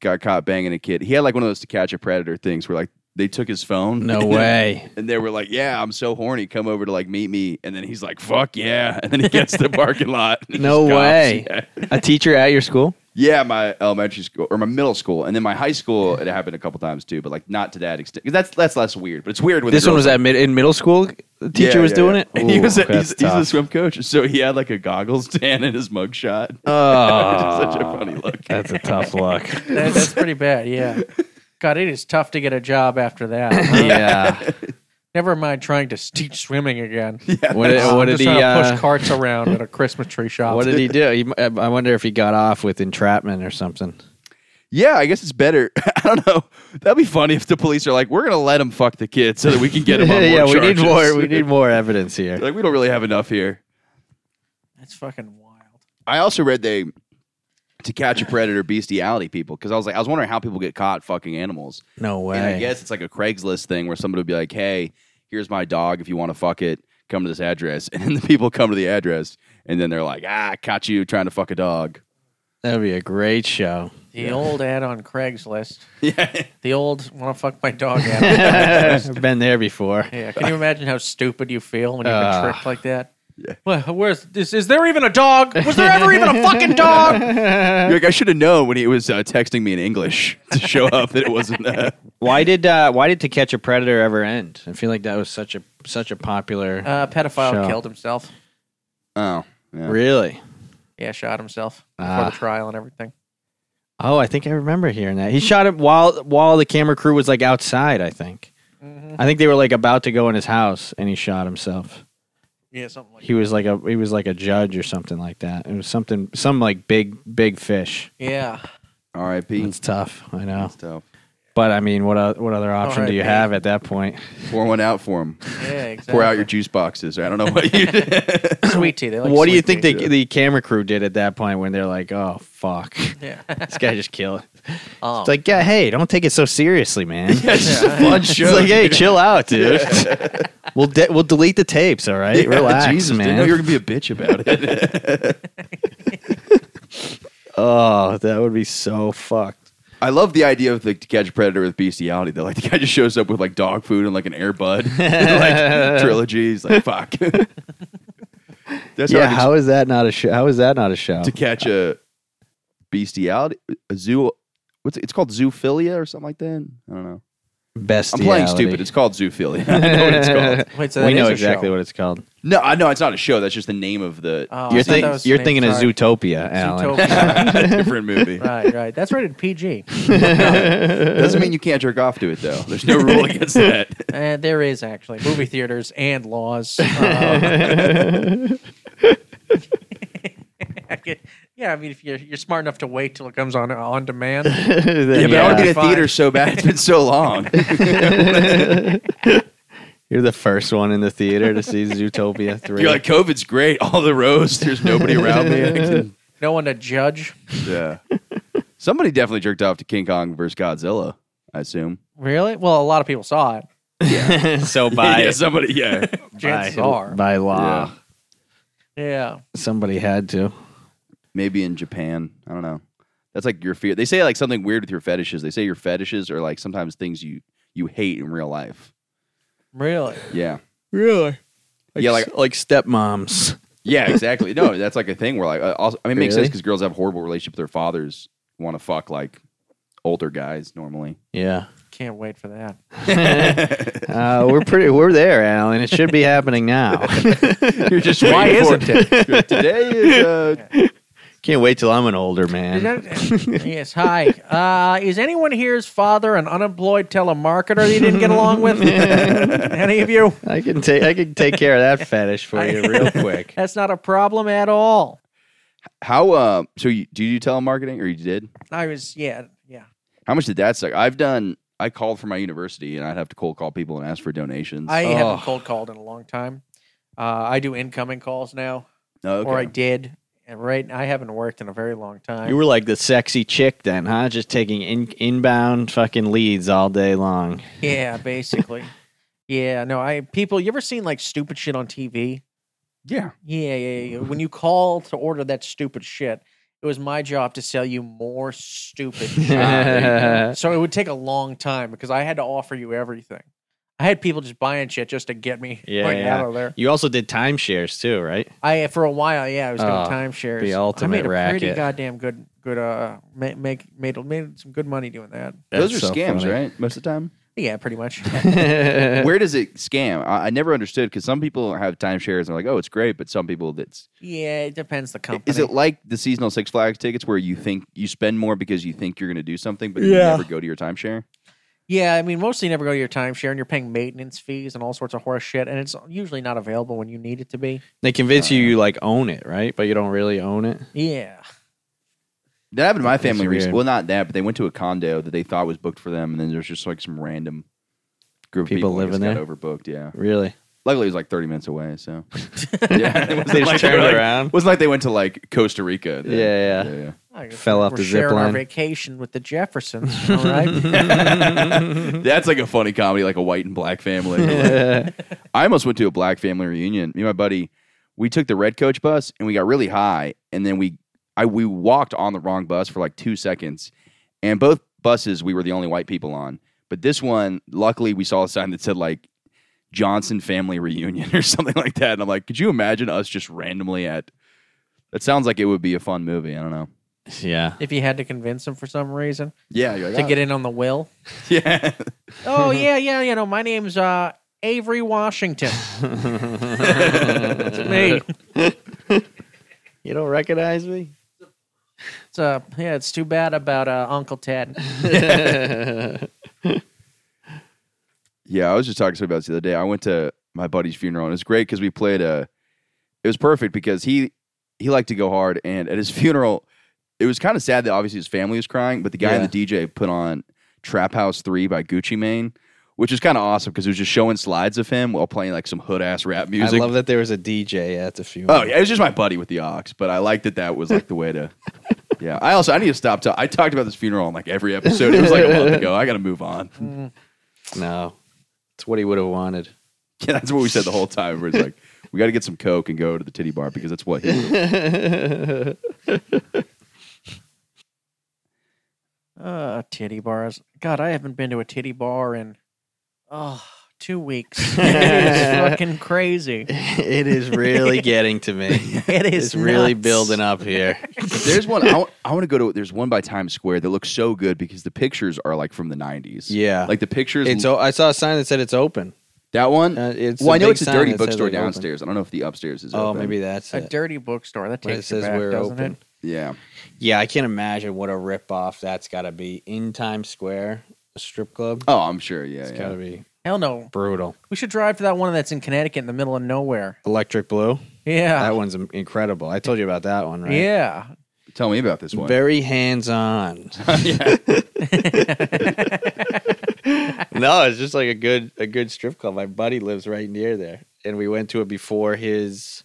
[SPEAKER 4] got caught banging a kid. He had like one of those to catch a predator things where like They took his phone.
[SPEAKER 3] No way.
[SPEAKER 4] And they were like, "Yeah, I'm so horny. Come over to like meet me." And then he's like, "Fuck yeah!" And then he gets to the parking lot. and he
[SPEAKER 3] No
[SPEAKER 4] just cops.
[SPEAKER 3] way.
[SPEAKER 4] Yeah.
[SPEAKER 3] A teacher at your school?
[SPEAKER 4] Yeah, my elementary school or my middle school, and then my high school. It happened a couple times too, but like not to that extent. 'Cause That's that's less weird, but it's weird when the
[SPEAKER 3] This one
[SPEAKER 4] girls
[SPEAKER 3] was
[SPEAKER 4] like-
[SPEAKER 3] at mid- in middle school. The
[SPEAKER 4] Yeah,
[SPEAKER 3] teacher was
[SPEAKER 4] yeah,
[SPEAKER 3] doing
[SPEAKER 4] yeah.
[SPEAKER 3] it.
[SPEAKER 4] And he
[SPEAKER 3] Ooh,
[SPEAKER 4] was a,
[SPEAKER 3] okay,
[SPEAKER 4] he's,
[SPEAKER 3] that's
[SPEAKER 4] he's a
[SPEAKER 3] tough.
[SPEAKER 4] swim coach, so he had like a goggles tan in his mugshot.
[SPEAKER 3] Oh,
[SPEAKER 4] Such a funny look.
[SPEAKER 3] that's a tough look.
[SPEAKER 5] That- that's pretty bad. Yeah. God, it is tough to get a job after that. huh?
[SPEAKER 3] yeah.
[SPEAKER 5] Never mind trying to s- teach swimming again.
[SPEAKER 3] What did, what
[SPEAKER 5] I'm
[SPEAKER 3] did
[SPEAKER 5] just
[SPEAKER 3] he?
[SPEAKER 5] trying to
[SPEAKER 3] Uh,
[SPEAKER 5] push carts around at a Christmas tree shop.
[SPEAKER 3] what did he do? He, I wonder if he got off with entrapment or something.
[SPEAKER 4] Yeah, I guess it's better. I don't know. That'd be funny if the police are like, "We're gonna let him fuck the kid so that we can get him on more
[SPEAKER 3] yeah, we need
[SPEAKER 4] charges."
[SPEAKER 3] more. We need more evidence here.
[SPEAKER 4] like we don't really have enough here.
[SPEAKER 5] That's fucking wild.
[SPEAKER 4] I also read they to catch a predator bestiality people because I was like, I was wondering how people get caught fucking animals.
[SPEAKER 3] No way.
[SPEAKER 4] And I guess it's like a Craigslist thing where somebody would be like, "Hey, here's my dog. If you want to fuck it, come to this address." And then the people come to the address, and then they're like, "Ah, caught you trying to fuck a dog."
[SPEAKER 3] that would be a great show.
[SPEAKER 5] The old ad on Craigslist.
[SPEAKER 4] Yeah,
[SPEAKER 5] The old "want to fuck my dog" ad.
[SPEAKER 3] I've been there before.
[SPEAKER 5] yeah. Can you imagine how stupid you feel when you've been
[SPEAKER 3] Ah.
[SPEAKER 5] tricked like that? Yeah. Well, where's this? Is there even a dog? Was there ever even a fucking dog?
[SPEAKER 3] Uh.
[SPEAKER 4] You're like I should have known when he was uh, texting me in English to show up that it wasn't. Uh,
[SPEAKER 3] Why did uh, Why did To Catch a Predator ever end? I feel like that was such a such a popular.
[SPEAKER 5] Uh, pedophile
[SPEAKER 3] Show.
[SPEAKER 5] killed himself.
[SPEAKER 4] oh, yeah.
[SPEAKER 3] really?
[SPEAKER 5] Yeah, shot himself before
[SPEAKER 3] Ah.
[SPEAKER 5] the trial and everything.
[SPEAKER 3] Oh, I think I remember hearing that. He shot it while while the camera crew was like outside. I think.
[SPEAKER 4] Mm-hmm.
[SPEAKER 3] I think they were like about to go in his house, and he shot himself.
[SPEAKER 5] Yeah, something like.
[SPEAKER 3] He was like a he was like a judge or something like that. It was something some like big big fish.
[SPEAKER 5] Yeah.
[SPEAKER 4] R.I.P.
[SPEAKER 3] It's tough, I know.
[SPEAKER 4] Stuff.
[SPEAKER 3] But I mean, what o- what other option do you
[SPEAKER 5] R.I.P.
[SPEAKER 3] have at that point?
[SPEAKER 4] Pour one out for him.
[SPEAKER 5] Yeah. Exactly.
[SPEAKER 4] Pour out your juice boxes. I don't know what you.
[SPEAKER 5] sweet tea. They like
[SPEAKER 3] what do you
[SPEAKER 5] sweet
[SPEAKER 3] think
[SPEAKER 5] tea.
[SPEAKER 3] they, the camera crew did at that point when they're like, "Oh fuck,
[SPEAKER 5] Yeah.
[SPEAKER 3] this guy just killed." it."
[SPEAKER 5] Oh.
[SPEAKER 3] It's like, yeah, hey, don't take it so seriously, man.
[SPEAKER 4] It's just a fun show.
[SPEAKER 3] It's like, hey, chill out, dude. we'll de- we'll delete the tapes, all right?
[SPEAKER 4] Yeah,
[SPEAKER 3] Relax,
[SPEAKER 4] Jesus, Didn't know
[SPEAKER 3] man.
[SPEAKER 4] you were gonna be a bitch about it.
[SPEAKER 3] oh, that would be so fucked.
[SPEAKER 4] I love the idea of the to catch a predator with bestiality. Though, like the guy just shows up with like dog food and like an Air Bud like trilogies. Like fuck. That's
[SPEAKER 3] yeah,
[SPEAKER 4] how, I
[SPEAKER 3] how is that not a show? How is that not a show?
[SPEAKER 4] to catch a bestiality, a zoo. What's it? it's called zoophilia or something like that. I don't know.
[SPEAKER 3] Best.
[SPEAKER 4] I'm playing stupid. It's called zoophilia. I know what it's called.
[SPEAKER 5] Wait, so
[SPEAKER 3] we
[SPEAKER 5] that is
[SPEAKER 3] know
[SPEAKER 5] a
[SPEAKER 3] exactly
[SPEAKER 5] show.
[SPEAKER 3] what it's called.
[SPEAKER 4] No, I know it's not a show. That's just the name of the
[SPEAKER 5] Oh,
[SPEAKER 3] you're
[SPEAKER 5] I thought
[SPEAKER 3] think-
[SPEAKER 5] that was the
[SPEAKER 3] you're
[SPEAKER 5] name,
[SPEAKER 3] thinking
[SPEAKER 5] sorry.
[SPEAKER 3] of Zootopia, Alan.
[SPEAKER 5] Zootopia.
[SPEAKER 4] different movie.
[SPEAKER 5] right, right. That's rated PG.
[SPEAKER 4] Doesn't mean you can't jerk off to it though. There's no rule against that.
[SPEAKER 5] Uh, there is actually movie theaters and laws. Um, I could- yeah, I mean, if you're you're smart enough to wait till it comes on on demand,
[SPEAKER 4] Yeah, but I want to be in a
[SPEAKER 5] fine.
[SPEAKER 4] theater so bad. It's been so long.
[SPEAKER 3] You're the first one in the theater to see Zootopia 3.
[SPEAKER 4] You're like, COVID's great. All the rows. There's nobody around me. I can-
[SPEAKER 5] no one to judge.
[SPEAKER 4] yeah. Somebody definitely jerked off to King Kong versus Godzilla. I assume.
[SPEAKER 5] Really? Well, a lot of people saw it.
[SPEAKER 3] so by,
[SPEAKER 4] yeah, somebody. Yeah.
[SPEAKER 5] Chances
[SPEAKER 3] by,
[SPEAKER 5] are,
[SPEAKER 3] by law,
[SPEAKER 4] Yeah.
[SPEAKER 5] yeah.
[SPEAKER 3] somebody had to.
[SPEAKER 4] Maybe in Japan. I don't know. That's like your fear. They say like something weird with your fetishes. They say your fetishes are like sometimes things you you hate in real life.
[SPEAKER 5] Really?
[SPEAKER 4] Yeah.
[SPEAKER 3] Really?
[SPEAKER 4] Yeah, like-
[SPEAKER 3] like stepmoms.
[SPEAKER 4] Yeah. Exactly. No, that's like a thing where like uh, also, I mean, it makes sense
[SPEAKER 3] Really?
[SPEAKER 4] because girls have horrible relationship with their fathers. Want to fuck like older guys normally.
[SPEAKER 3] Yeah.
[SPEAKER 5] Can't wait for that.
[SPEAKER 3] Uh, we're pretty. We're there, Alan. It should be happening now.
[SPEAKER 4] You're just
[SPEAKER 5] Why
[SPEAKER 4] waiting for
[SPEAKER 5] isn't it?
[SPEAKER 4] Today is uh,
[SPEAKER 3] Can't wait till I'm an older
[SPEAKER 5] Is
[SPEAKER 3] man.
[SPEAKER 5] that- yes. Hi. Uh, is anyone here's father an unemployed telemarketer that you didn't get along with? Any of you?
[SPEAKER 3] I can take. I can take care of that fetish for you real quick.
[SPEAKER 5] That's not a problem at all.
[SPEAKER 4] How uh, so? You, do you do telemarketing, or you did?
[SPEAKER 5] I was, yeah, yeah.
[SPEAKER 4] How much did that suck? I've done. I called for my university, and I'd have to cold call people and ask for donations.
[SPEAKER 5] I
[SPEAKER 3] Oh.
[SPEAKER 5] haven't cold called in a long time. Uh, I do incoming calls now,
[SPEAKER 4] oh, okay.
[SPEAKER 5] or I did. And right, I haven't worked in a very long time.
[SPEAKER 3] You were like the sexy chick then, huh? Just taking in, inbound fucking leads all day long.
[SPEAKER 5] yeah, basically. yeah, no, I people. You ever seen like stupid shit on TV?
[SPEAKER 4] yeah.
[SPEAKER 5] Yeah, yeah, yeah. When you call to order that stupid shit, it was my job to sell you more stupid.
[SPEAKER 3] Ah, yeah.
[SPEAKER 5] so it would take a long time because I had to offer you everything. I had people just buying shit just to get me
[SPEAKER 3] Yeah,
[SPEAKER 5] like,
[SPEAKER 3] yeah.
[SPEAKER 5] out of there.
[SPEAKER 3] You also did timeshares too, right?
[SPEAKER 5] I for a while, yeah, I was doing
[SPEAKER 3] Oh,
[SPEAKER 5] timeshares.
[SPEAKER 3] the ultimate
[SPEAKER 5] I made a pretty
[SPEAKER 3] racket.
[SPEAKER 5] goddamn good, good. Uh, make, make made made some good money doing that.
[SPEAKER 4] Those
[SPEAKER 3] That's
[SPEAKER 4] are
[SPEAKER 3] so
[SPEAKER 4] scams,
[SPEAKER 3] funny.
[SPEAKER 4] right? Most of the time.
[SPEAKER 5] Yeah, pretty much.
[SPEAKER 4] Where does it scam? I, I never understood because some people have timeshares and they're like, oh, it's great, but some people that's
[SPEAKER 5] yeah, it depends the company.
[SPEAKER 4] is it like the seasonal Six Flags tickets where you think you spend more because you think you're going to do something, but you
[SPEAKER 5] Yeah.
[SPEAKER 4] never go to your timeshare?
[SPEAKER 5] Yeah, I mean, mostly you never go to your timeshare, and you're paying maintenance fees and all sorts of horse shit, and it's usually not available when you need it to be.
[SPEAKER 3] they convince you you like own it, right? But you don't really own it.
[SPEAKER 5] Yeah,
[SPEAKER 4] That happened to my family
[SPEAKER 3] weird.
[SPEAKER 4] recently. Well, not that, but they went to a condo that they thought was booked for them, and then there's just like some random group of
[SPEAKER 3] People
[SPEAKER 4] people that
[SPEAKER 3] living
[SPEAKER 4] just Got overbooked, yeah.
[SPEAKER 3] Really?
[SPEAKER 4] Luckily, it was like 30 minutes away, so yeah, it wasn't
[SPEAKER 3] They just turned
[SPEAKER 4] like,
[SPEAKER 3] around?
[SPEAKER 4] Wasn't like they went to like Costa Rica.
[SPEAKER 3] Yeah, yeah.
[SPEAKER 4] yeah.
[SPEAKER 5] I guess
[SPEAKER 3] Fell off
[SPEAKER 5] we're
[SPEAKER 3] the zip
[SPEAKER 5] sharing Our
[SPEAKER 3] line.
[SPEAKER 5] vacation with the Jeffersons. All right.
[SPEAKER 4] That's like a funny comedy, like a white and black family. I almost went to a black family reunion. Me and my buddy, we took the red coach bus and we got really high, and then we, I we walked on the wrong bus for like two seconds, and both buses we were the only white people on. But this one, luckily, we saw a sign that said like Johnson family reunion or something like that, and I'm like, could you imagine us just randomly at? That sounds like it would be a fun movie. I don't know.
[SPEAKER 3] Yeah.
[SPEAKER 5] if you had to convince them for some reason
[SPEAKER 4] Yeah, you're
[SPEAKER 5] to get in on the will.
[SPEAKER 4] yeah.
[SPEAKER 5] Oh yeah, yeah, you know, my name's uh, Avery Washington. it's me.
[SPEAKER 3] You don't recognize me?
[SPEAKER 5] It's uh, yeah, it's too bad about uh, Uncle Ted.
[SPEAKER 4] Yeah, I was just talking to somebody about this the other day. I went to my buddy's funeral and it's great because we played a. It was perfect because he he liked to go hard and at his funeral, it was kind of sad that obviously his family was crying, but the guy and the DJ put on Trap House Three by Gucci Mane, which is kind of awesome because it was just showing slides of him while playing like some hood ass rap
[SPEAKER 3] I
[SPEAKER 4] music.
[SPEAKER 3] love that there was a DJ at the funeral.
[SPEAKER 4] oh yeah, it was just my buddy with the ox, but I liked that that was like the way to. Yeah, I also I need to stop. ta- I talked about this funeral on like every episode. It was like a month ago. I got to move on.
[SPEAKER 3] No. It's what he would have wanted.
[SPEAKER 4] Yeah, that's what we said the whole time. Where it's like, we got to get some coke and go to the titty bar because that's what. He,
[SPEAKER 5] Uh, titty bars. God, I haven't been to a titty bar in oh two weeks. it's fucking crazy.
[SPEAKER 3] it is really getting to me.
[SPEAKER 5] It is
[SPEAKER 3] It's really
[SPEAKER 5] nuts.
[SPEAKER 3] building up here.
[SPEAKER 4] there's one I want to go to. There's one by Times Square that looks so good because the pictures are like from the '90s.
[SPEAKER 3] Yeah.
[SPEAKER 4] like the pictures.
[SPEAKER 3] It's o- I saw a sign that said it's open.
[SPEAKER 4] that one.
[SPEAKER 3] uh, it's
[SPEAKER 4] well,
[SPEAKER 3] a
[SPEAKER 4] I know
[SPEAKER 3] big
[SPEAKER 4] it's a
[SPEAKER 3] sign
[SPEAKER 4] dirty
[SPEAKER 3] that says,
[SPEAKER 4] bookstore
[SPEAKER 3] like, open.
[SPEAKER 4] downstairs. I don't know if the upstairs is.
[SPEAKER 3] Oh,
[SPEAKER 4] open.
[SPEAKER 3] maybe that's
[SPEAKER 5] A
[SPEAKER 3] it.
[SPEAKER 5] dirty bookstore that
[SPEAKER 3] Where it
[SPEAKER 5] takes you
[SPEAKER 3] says
[SPEAKER 5] back,
[SPEAKER 3] we're
[SPEAKER 5] doesn't
[SPEAKER 3] open.
[SPEAKER 5] it?
[SPEAKER 4] Yeah,
[SPEAKER 3] Yeah, I can't imagine what a ripoff that's got to be in Times Square, a strip club.
[SPEAKER 4] oh, I'm sure. Yeah,
[SPEAKER 3] it's
[SPEAKER 4] yeah.
[SPEAKER 3] got to be
[SPEAKER 5] Hell no.
[SPEAKER 3] brutal.
[SPEAKER 5] We should drive to that one that's in Connecticut in the middle of nowhere.
[SPEAKER 3] Electric Blue.
[SPEAKER 5] Yeah.
[SPEAKER 3] That one's im- incredible. I told you about that one, right?
[SPEAKER 5] Ah. Yeah.
[SPEAKER 4] Tell me about this one.
[SPEAKER 3] Very hands on. no, it's just like a good a good strip club. My buddy lives right near there, and we went to it before his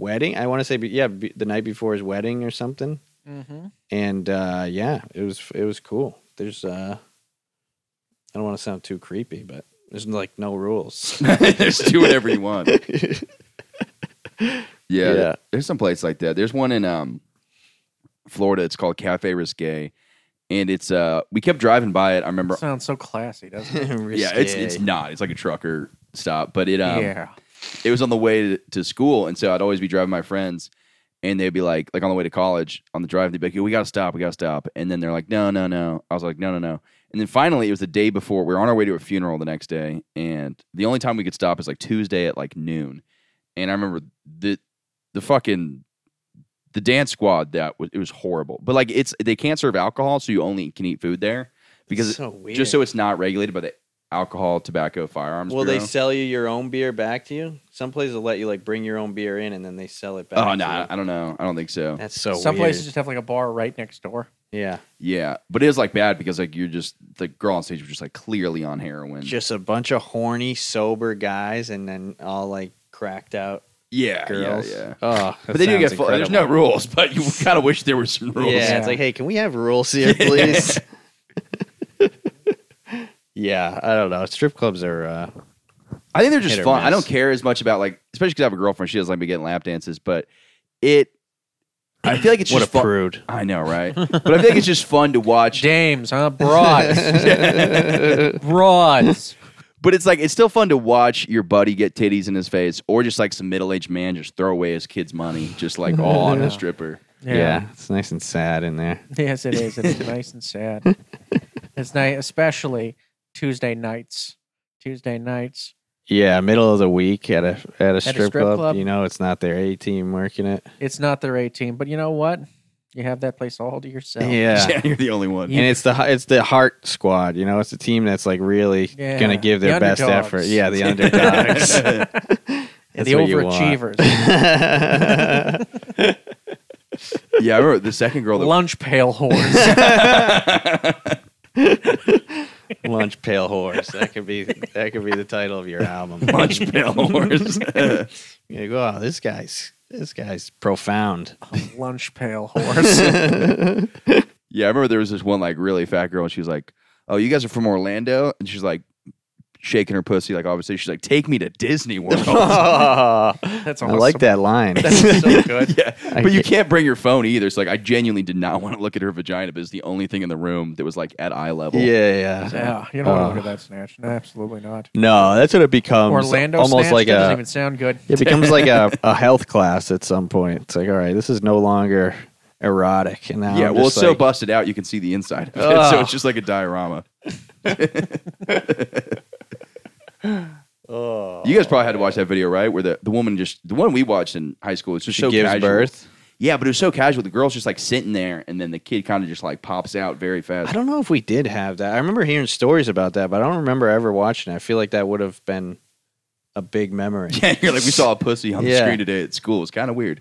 [SPEAKER 3] wedding. I want to say, be- yeah, be, the night before his wedding or something.
[SPEAKER 5] Mm-hmm.
[SPEAKER 3] And uh, yeah, it was it was cool. There's uh, I don't want to sound too creepy, but there's like no rules.
[SPEAKER 4] Just do whatever you want. Yeah,
[SPEAKER 3] Yeah.
[SPEAKER 4] there's some place like that. There's one in um, Florida. It's called Cafe Risque, and it's uh, we kept driving by it. I remember
[SPEAKER 5] Sounds so classy, doesn't it?
[SPEAKER 4] Yeah, it's it's not. It's like a trucker stop, but it um
[SPEAKER 5] yeah.
[SPEAKER 4] it was on the way to, to school, and so I'd always be driving my friends, and they'd be like like on the way to college on the drive, they'd be like, "We gotta stop, we gotta stop," and then they're like, "No, no, no." I was like, "No, no, no." And then finally, it was the day before. We were on our way to a funeral the next day, and the only time we could stop is like Tuesday at like noon. And I remember the the fucking the dance squad that was it was horrible. But like it's they can't serve alcohol, so you only can eat food there because
[SPEAKER 3] so weird.
[SPEAKER 4] just so it's not regulated by the alcohol, tobacco, firearms.
[SPEAKER 3] Will they
[SPEAKER 4] Bureau.
[SPEAKER 3] sell you your own beer back to you? Some places will let you like bring your own beer in and then they sell it back.
[SPEAKER 4] Oh no,
[SPEAKER 3] to you.
[SPEAKER 4] I don't know. I don't think so.
[SPEAKER 3] that's so
[SPEAKER 5] Some
[SPEAKER 3] weird.
[SPEAKER 5] places just have like a bar right next door.
[SPEAKER 3] yeah,
[SPEAKER 4] Yeah, but it was like bad because like you're just the girl on stage was just like clearly on heroin.
[SPEAKER 3] just a bunch of horny sober guys and then all like cracked out
[SPEAKER 4] yeah,
[SPEAKER 3] girls.
[SPEAKER 4] yeah, yeah.
[SPEAKER 3] Oh,
[SPEAKER 4] But they do get full. There's no rules, but you kind of wish there were some rules.
[SPEAKER 3] Yeah,
[SPEAKER 5] Yeah.
[SPEAKER 3] it's like, hey, can we have rules here, please? yeah, I don't know. Strip clubs are. Uh,
[SPEAKER 4] I think they're just
[SPEAKER 3] Hit or
[SPEAKER 4] fun. I
[SPEAKER 3] miss.
[SPEAKER 4] don't care as much about like, especially because I have a girlfriend. She doesn't like me getting lap dances, but it. I feel like it's
[SPEAKER 3] What
[SPEAKER 4] just
[SPEAKER 3] a
[SPEAKER 4] fun-
[SPEAKER 3] prude.
[SPEAKER 4] I know, right? But I feel like it's just fun to watch.
[SPEAKER 5] James, huh? Broads. Broads.
[SPEAKER 4] But it's like it's still fun to watch your buddy get titties in his face, or just like some middle aged man just throw away his kid's money, just like all on a stripper.
[SPEAKER 3] Yeah. it's nice and sad in there.
[SPEAKER 5] Yes, it is. It is nice and sad. It's nice, especially Tuesday nights. Tuesday nights.
[SPEAKER 3] Yeah, middle of the week at a at a strip,
[SPEAKER 5] strip
[SPEAKER 3] club,
[SPEAKER 5] club.
[SPEAKER 3] You know, it's not their A team working it.
[SPEAKER 5] It's not their A team, but you know what? You have that place all to yourself.
[SPEAKER 3] Yeah.
[SPEAKER 4] you're the only one.
[SPEAKER 3] And it's the it's the heart squad, you know. It's a team that's like really
[SPEAKER 5] Yeah.
[SPEAKER 3] gonna give
[SPEAKER 5] The
[SPEAKER 3] their best
[SPEAKER 5] underdogs.
[SPEAKER 3] effort. Yeah, the underdogs,
[SPEAKER 5] And
[SPEAKER 3] That's
[SPEAKER 5] the
[SPEAKER 3] what you want.
[SPEAKER 5] overachievers,
[SPEAKER 4] Yeah, I remember the second girl that
[SPEAKER 5] lunch pail whores.
[SPEAKER 3] lunch pail horse. That could be that could be the title of your album.
[SPEAKER 4] lunch pail horse.
[SPEAKER 3] You go, oh, this guy's this guy's profound.
[SPEAKER 5] lunch pail whores.
[SPEAKER 4] yeah, I remember there was this one like really fat girl, and she was like, "Oh, you guys are from Orlando," and she's like shaking her pussy, like obviously she's like, "Take me to Disney World."
[SPEAKER 5] That's
[SPEAKER 3] I
[SPEAKER 5] awesome.
[SPEAKER 3] like that line.
[SPEAKER 5] That's so good.
[SPEAKER 4] yeah,
[SPEAKER 3] I
[SPEAKER 4] but you
[SPEAKER 3] get-
[SPEAKER 4] can't bring your phone either. It's like I genuinely did not want to look at her vagina, but it's the only thing in the room that was like at eye level.
[SPEAKER 3] yeah, yeah.
[SPEAKER 5] Yeah, you don't want
[SPEAKER 3] Uh,
[SPEAKER 5] to look at that snatch. No, absolutely not.
[SPEAKER 3] No, that's what it becomes.
[SPEAKER 5] Orlando
[SPEAKER 3] almost
[SPEAKER 5] snatch
[SPEAKER 3] like
[SPEAKER 5] doesn't
[SPEAKER 3] a
[SPEAKER 5] even sound good.
[SPEAKER 3] It becomes like a, a health class at some point. It's like, all right, this is no longer erotic. And now
[SPEAKER 4] Yeah,
[SPEAKER 3] I'm
[SPEAKER 4] well, it's
[SPEAKER 3] just
[SPEAKER 4] so
[SPEAKER 3] like,
[SPEAKER 4] busted out, you can see the inside of it. So it's just like a diorama. you guys probably had to watch that video, right? Where the, the woman just, the one we watched in high school, it's just
[SPEAKER 3] She
[SPEAKER 4] so
[SPEAKER 3] gives
[SPEAKER 4] casual.
[SPEAKER 3] birth?
[SPEAKER 4] Yeah, but it was so casual. The girl's just like sitting there, and then the kid kind of just like pops out very
[SPEAKER 3] I
[SPEAKER 4] fast.
[SPEAKER 3] don't know if we did have that. I remember hearing stories about that, but I don't remember ever watching it. I feel like that would have been a big memory.
[SPEAKER 4] Yeah, you're like, we saw a pussy on the
[SPEAKER 3] Yeah.
[SPEAKER 4] screen today at school. It's kind of weird.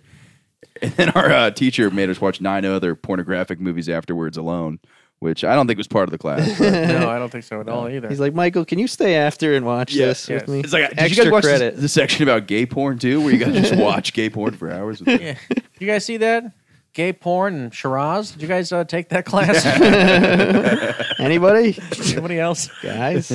[SPEAKER 4] And then our uh, teacher made us watch nine other pornographic movies afterwards alone, which I don't think was part of the class. but-
[SPEAKER 5] No, I don't think so at all either.
[SPEAKER 3] He's like, Michael, can you stay after and watch
[SPEAKER 4] Yes,
[SPEAKER 3] this
[SPEAKER 5] yes.
[SPEAKER 3] with me?
[SPEAKER 4] It's like, did
[SPEAKER 3] Extra
[SPEAKER 4] you guys watch this-
[SPEAKER 3] credit.
[SPEAKER 4] The, section about gay porn too, where you guys just watch gay porn for hours? With
[SPEAKER 5] yeah. You guys see that? Gay porn and Shiraz. Did you guys uh, take that class?
[SPEAKER 3] Anybody?
[SPEAKER 5] Anybody else?
[SPEAKER 3] Guys?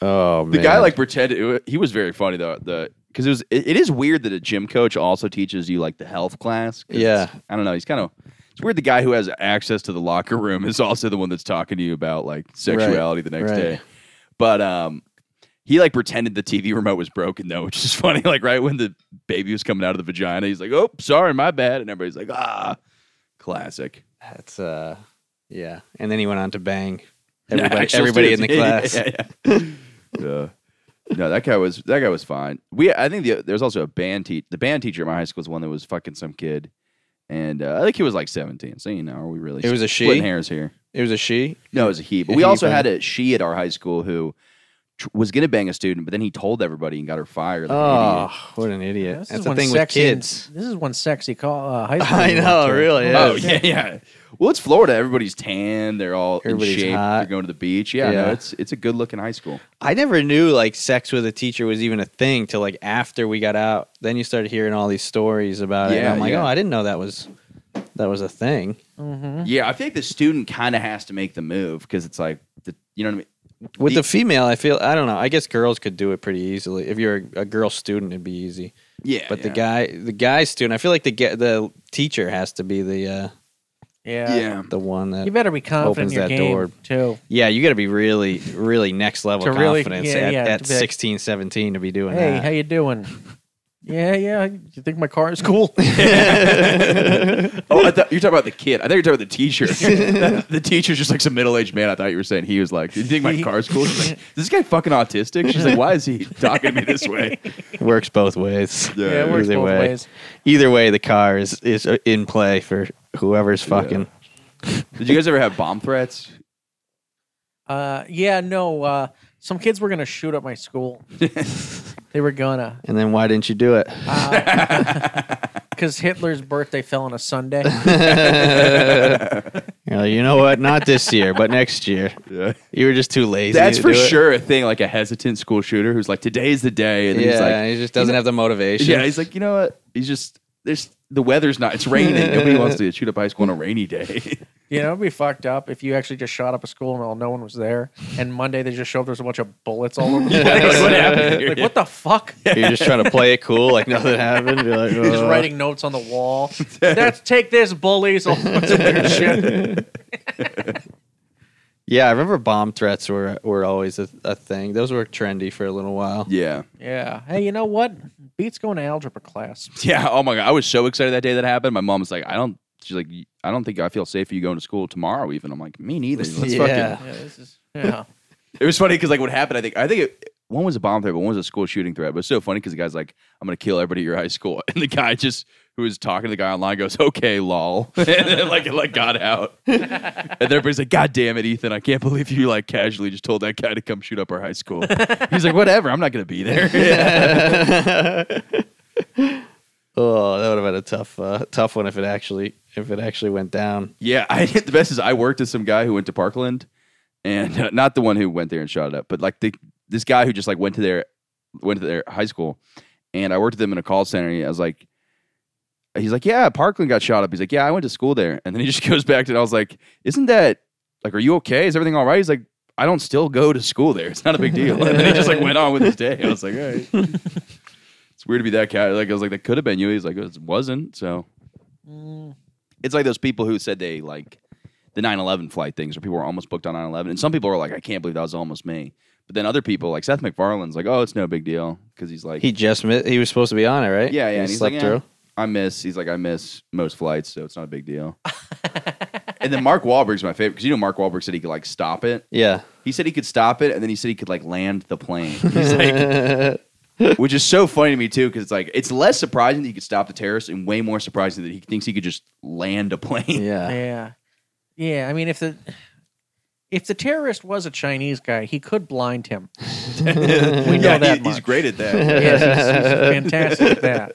[SPEAKER 3] Oh, man.
[SPEAKER 4] the guy like pretended it wa- he was very funny though. The because it was it, it is weird that a gym coach also teaches you like the health class. 'cause
[SPEAKER 3] Yeah.
[SPEAKER 4] it's- I don't know. He's kind of it's weird. The guy who has access to the locker room is also the one that's talking to you about like sexuality the next
[SPEAKER 3] right.
[SPEAKER 4] day. But um, he like pretended the TV remote was broken though, which is funny. Like right when the baby was coming out of the vagina, he's like, "Oh, sorry, my bad," and everybody's like, "Ah, classic."
[SPEAKER 3] That's, uh, yeah. And then he went on to bang everybody,
[SPEAKER 4] Actual
[SPEAKER 3] everybody in the
[SPEAKER 4] students.
[SPEAKER 3] class.
[SPEAKER 4] Yeah, yeah, yeah. Yeah. No, that guy was that guy was fine. We I think the, there was also a band teacher. The band teacher at my high school was one that was fucking some kid, and uh, I think he was like seventeen. So you know, are we really?
[SPEAKER 3] It was a
[SPEAKER 4] splitting
[SPEAKER 3] she?
[SPEAKER 4] hairs here.
[SPEAKER 3] It was a she.
[SPEAKER 4] No, it was a he. But
[SPEAKER 3] A
[SPEAKER 4] we
[SPEAKER 3] he
[SPEAKER 4] also
[SPEAKER 3] band.
[SPEAKER 4] had a she at our high school who tr- was gonna bang a student, but then he told everybody and got her fired. like an
[SPEAKER 3] Oh,
[SPEAKER 4] idiot.
[SPEAKER 3] what an idiot.
[SPEAKER 5] This
[SPEAKER 3] That's
[SPEAKER 5] is
[SPEAKER 3] the
[SPEAKER 5] one
[SPEAKER 3] thing with
[SPEAKER 5] sexy.
[SPEAKER 3] kids.
[SPEAKER 5] This is one sexy call. Uh, high school.
[SPEAKER 3] I
[SPEAKER 5] you went
[SPEAKER 3] know,
[SPEAKER 5] to.
[SPEAKER 3] really. Yeah.
[SPEAKER 4] Oh yeah, yeah. Well, it's Florida. Everybody's tan. They're all
[SPEAKER 3] Everybody's
[SPEAKER 4] in shape.
[SPEAKER 3] hot.
[SPEAKER 4] They're going to the beach. Yeah,
[SPEAKER 3] Yeah.
[SPEAKER 4] No, it's it's a good looking high school.
[SPEAKER 3] I never knew like sex with a teacher was even a thing till like after we got out. Then you started hearing all these stories about it. And
[SPEAKER 4] Yeah,
[SPEAKER 3] I'm like,
[SPEAKER 4] yeah.
[SPEAKER 3] oh, I didn't know that was that was a thing.
[SPEAKER 4] Yeah, I think the student kind of has to make the move because it's like, the, you know what I mean?
[SPEAKER 3] With
[SPEAKER 4] The-
[SPEAKER 3] the, female, I feel I don't know. I guess girls could do it pretty easily. If you're a, a girl student, it'd be easy.
[SPEAKER 4] Yeah,
[SPEAKER 3] But the
[SPEAKER 4] yeah.
[SPEAKER 3] guy, the guy student, I feel like the ge- the teacher has to be the uh,
[SPEAKER 5] Yeah.
[SPEAKER 4] Yeah,
[SPEAKER 3] the one that.
[SPEAKER 5] You better be
[SPEAKER 3] Opens
[SPEAKER 5] confident in your
[SPEAKER 3] that
[SPEAKER 5] game
[SPEAKER 3] door.
[SPEAKER 5] too.
[SPEAKER 3] yeah, you got to be really, really next level
[SPEAKER 5] To really-
[SPEAKER 3] confidence
[SPEAKER 5] yeah,
[SPEAKER 3] at,
[SPEAKER 5] yeah,
[SPEAKER 3] at
[SPEAKER 5] to be like-
[SPEAKER 3] 16, 17 to be doing
[SPEAKER 5] Hey,
[SPEAKER 3] that.
[SPEAKER 5] how you doing? yeah, yeah. You think my car is cool?
[SPEAKER 4] Oh, I thought, you're talking about the kid. I thought you're talking about the teacher. the teacher's just like some middle aged man. I thought you were saying he was like, "Do you think my car's cool?" She's like, "Is this guy fucking autistic?" She's like, "Why is he talking to me this way?"
[SPEAKER 3] works both ways.
[SPEAKER 4] Yeah,
[SPEAKER 5] yeah, it works
[SPEAKER 3] Either
[SPEAKER 5] both
[SPEAKER 3] way.
[SPEAKER 5] ways.
[SPEAKER 3] Either way, the car is is uh, in play for whoever's fucking.
[SPEAKER 4] Did you guys ever have bomb threats?
[SPEAKER 5] Uh, yeah, no. Uh, some kids were gonna shoot up my school. they were gonna,
[SPEAKER 3] And then why didn't you do it?
[SPEAKER 5] because Hitler's birthday fell on a Sunday.
[SPEAKER 3] You're like, you know what? Not this year, but next year.
[SPEAKER 4] Yeah.
[SPEAKER 3] You were just too lazy.
[SPEAKER 4] That's
[SPEAKER 3] to
[SPEAKER 4] for
[SPEAKER 3] do it.
[SPEAKER 4] sure a thing. Like a hesitant school shooter who's like, "Today's the day," and then
[SPEAKER 3] Yeah,
[SPEAKER 4] he's like,
[SPEAKER 3] he just doesn't have the motivation.
[SPEAKER 4] "Yeah," he's like, "You know what?" He's just There's the weather's not. It's raining. Nobody wants to shoot up high school on a rainy day.
[SPEAKER 5] You know, it'd be fucked up if you actually just shot up a school and well, no one was there. And Monday they just show up, there's a bunch of bullets all over the place.
[SPEAKER 4] what happened here?
[SPEAKER 5] Like, what the fuck?
[SPEAKER 3] You're just trying to play it cool, like nothing happened. You're like,
[SPEAKER 5] Just
[SPEAKER 3] "Oh."
[SPEAKER 5] writing notes on the wall. That's take this, bullies. All sorts of weird shit.
[SPEAKER 3] Yeah, I remember bomb threats were were always a, a thing. Those were trendy for a little while.
[SPEAKER 4] yeah.
[SPEAKER 5] Yeah. Hey, you know what? Beats going to algebra class.
[SPEAKER 4] Yeah. Oh my god, I was so excited that day that happened. My mom was like, "I don't." She's like, "I don't think I feel safe for you going to school tomorrow." Even I'm like, "Me neither." Let's
[SPEAKER 3] Yeah.
[SPEAKER 4] fucking.
[SPEAKER 5] Yeah, this is yeah.
[SPEAKER 4] It was funny because like what happened. I think I think it, one was a bomb threat, but one was a school shooting threat. But it's so funny because the guy's like, "I'm gonna kill everybody at your high school," and the guy just who was talking to the guy online goes, "Okay, lol," and then like it like got out, and then everybody's like, "God damn it, Ethan! I can't believe you like casually just told that guy to come shoot up our high school." He's like, "Whatever, I'm not gonna be there."
[SPEAKER 3] Oh, that would have been a tough uh, tough one if it actually if it actually went down.
[SPEAKER 4] Yeah, I the best is I worked with some guy who went to Parkland, and uh, not the one who went there and shot it up, but like the this guy who just like went to their went to their high school, and I worked with him in a call center. And I was like, he's like, yeah, Parkland got shot up. He's like, yeah, I went to school there, and then he just goes back to. it. I was like, isn't that like, are you okay? Is everything all right? He's like. I don't still go to school there. It's not a big deal. And then he just like went on with his day. I was like, all right. it's weird to be that guy. Like I was like, that could have been you. He's like, it wasn't. So it's like those people who said they like the 9-11 flight things where people were almost booked on 9-11 and some people were like i can't believe that was almost me but then other people like seth mcfarlane's like oh it's no big deal because he's like
[SPEAKER 3] He just mi- he was supposed to be on it, right?
[SPEAKER 4] yeah yeah
[SPEAKER 3] He
[SPEAKER 4] and he's
[SPEAKER 3] slept
[SPEAKER 4] like, "Yeah,
[SPEAKER 3] through.
[SPEAKER 4] i miss he's like i miss most flights so it's not a big deal and then mark Wahlberg's my favorite because you know mark Wahlberg said he could like stop it
[SPEAKER 3] Yeah.
[SPEAKER 4] he said he could stop it, and then he said he could like land the plane. He's like, which is so funny to me too, because it's like it's less surprising that he could stop the terrorists, and way more surprising that he thinks he could just land a plane.
[SPEAKER 3] Yeah.
[SPEAKER 5] Yeah. Yeah. I mean, if the if the terrorist was a Chinese guy, he could blind him. we know
[SPEAKER 4] Yeah,
[SPEAKER 5] that
[SPEAKER 4] he-
[SPEAKER 5] much.
[SPEAKER 4] he's great at that.
[SPEAKER 5] Yes, he's, he's fantastic at that.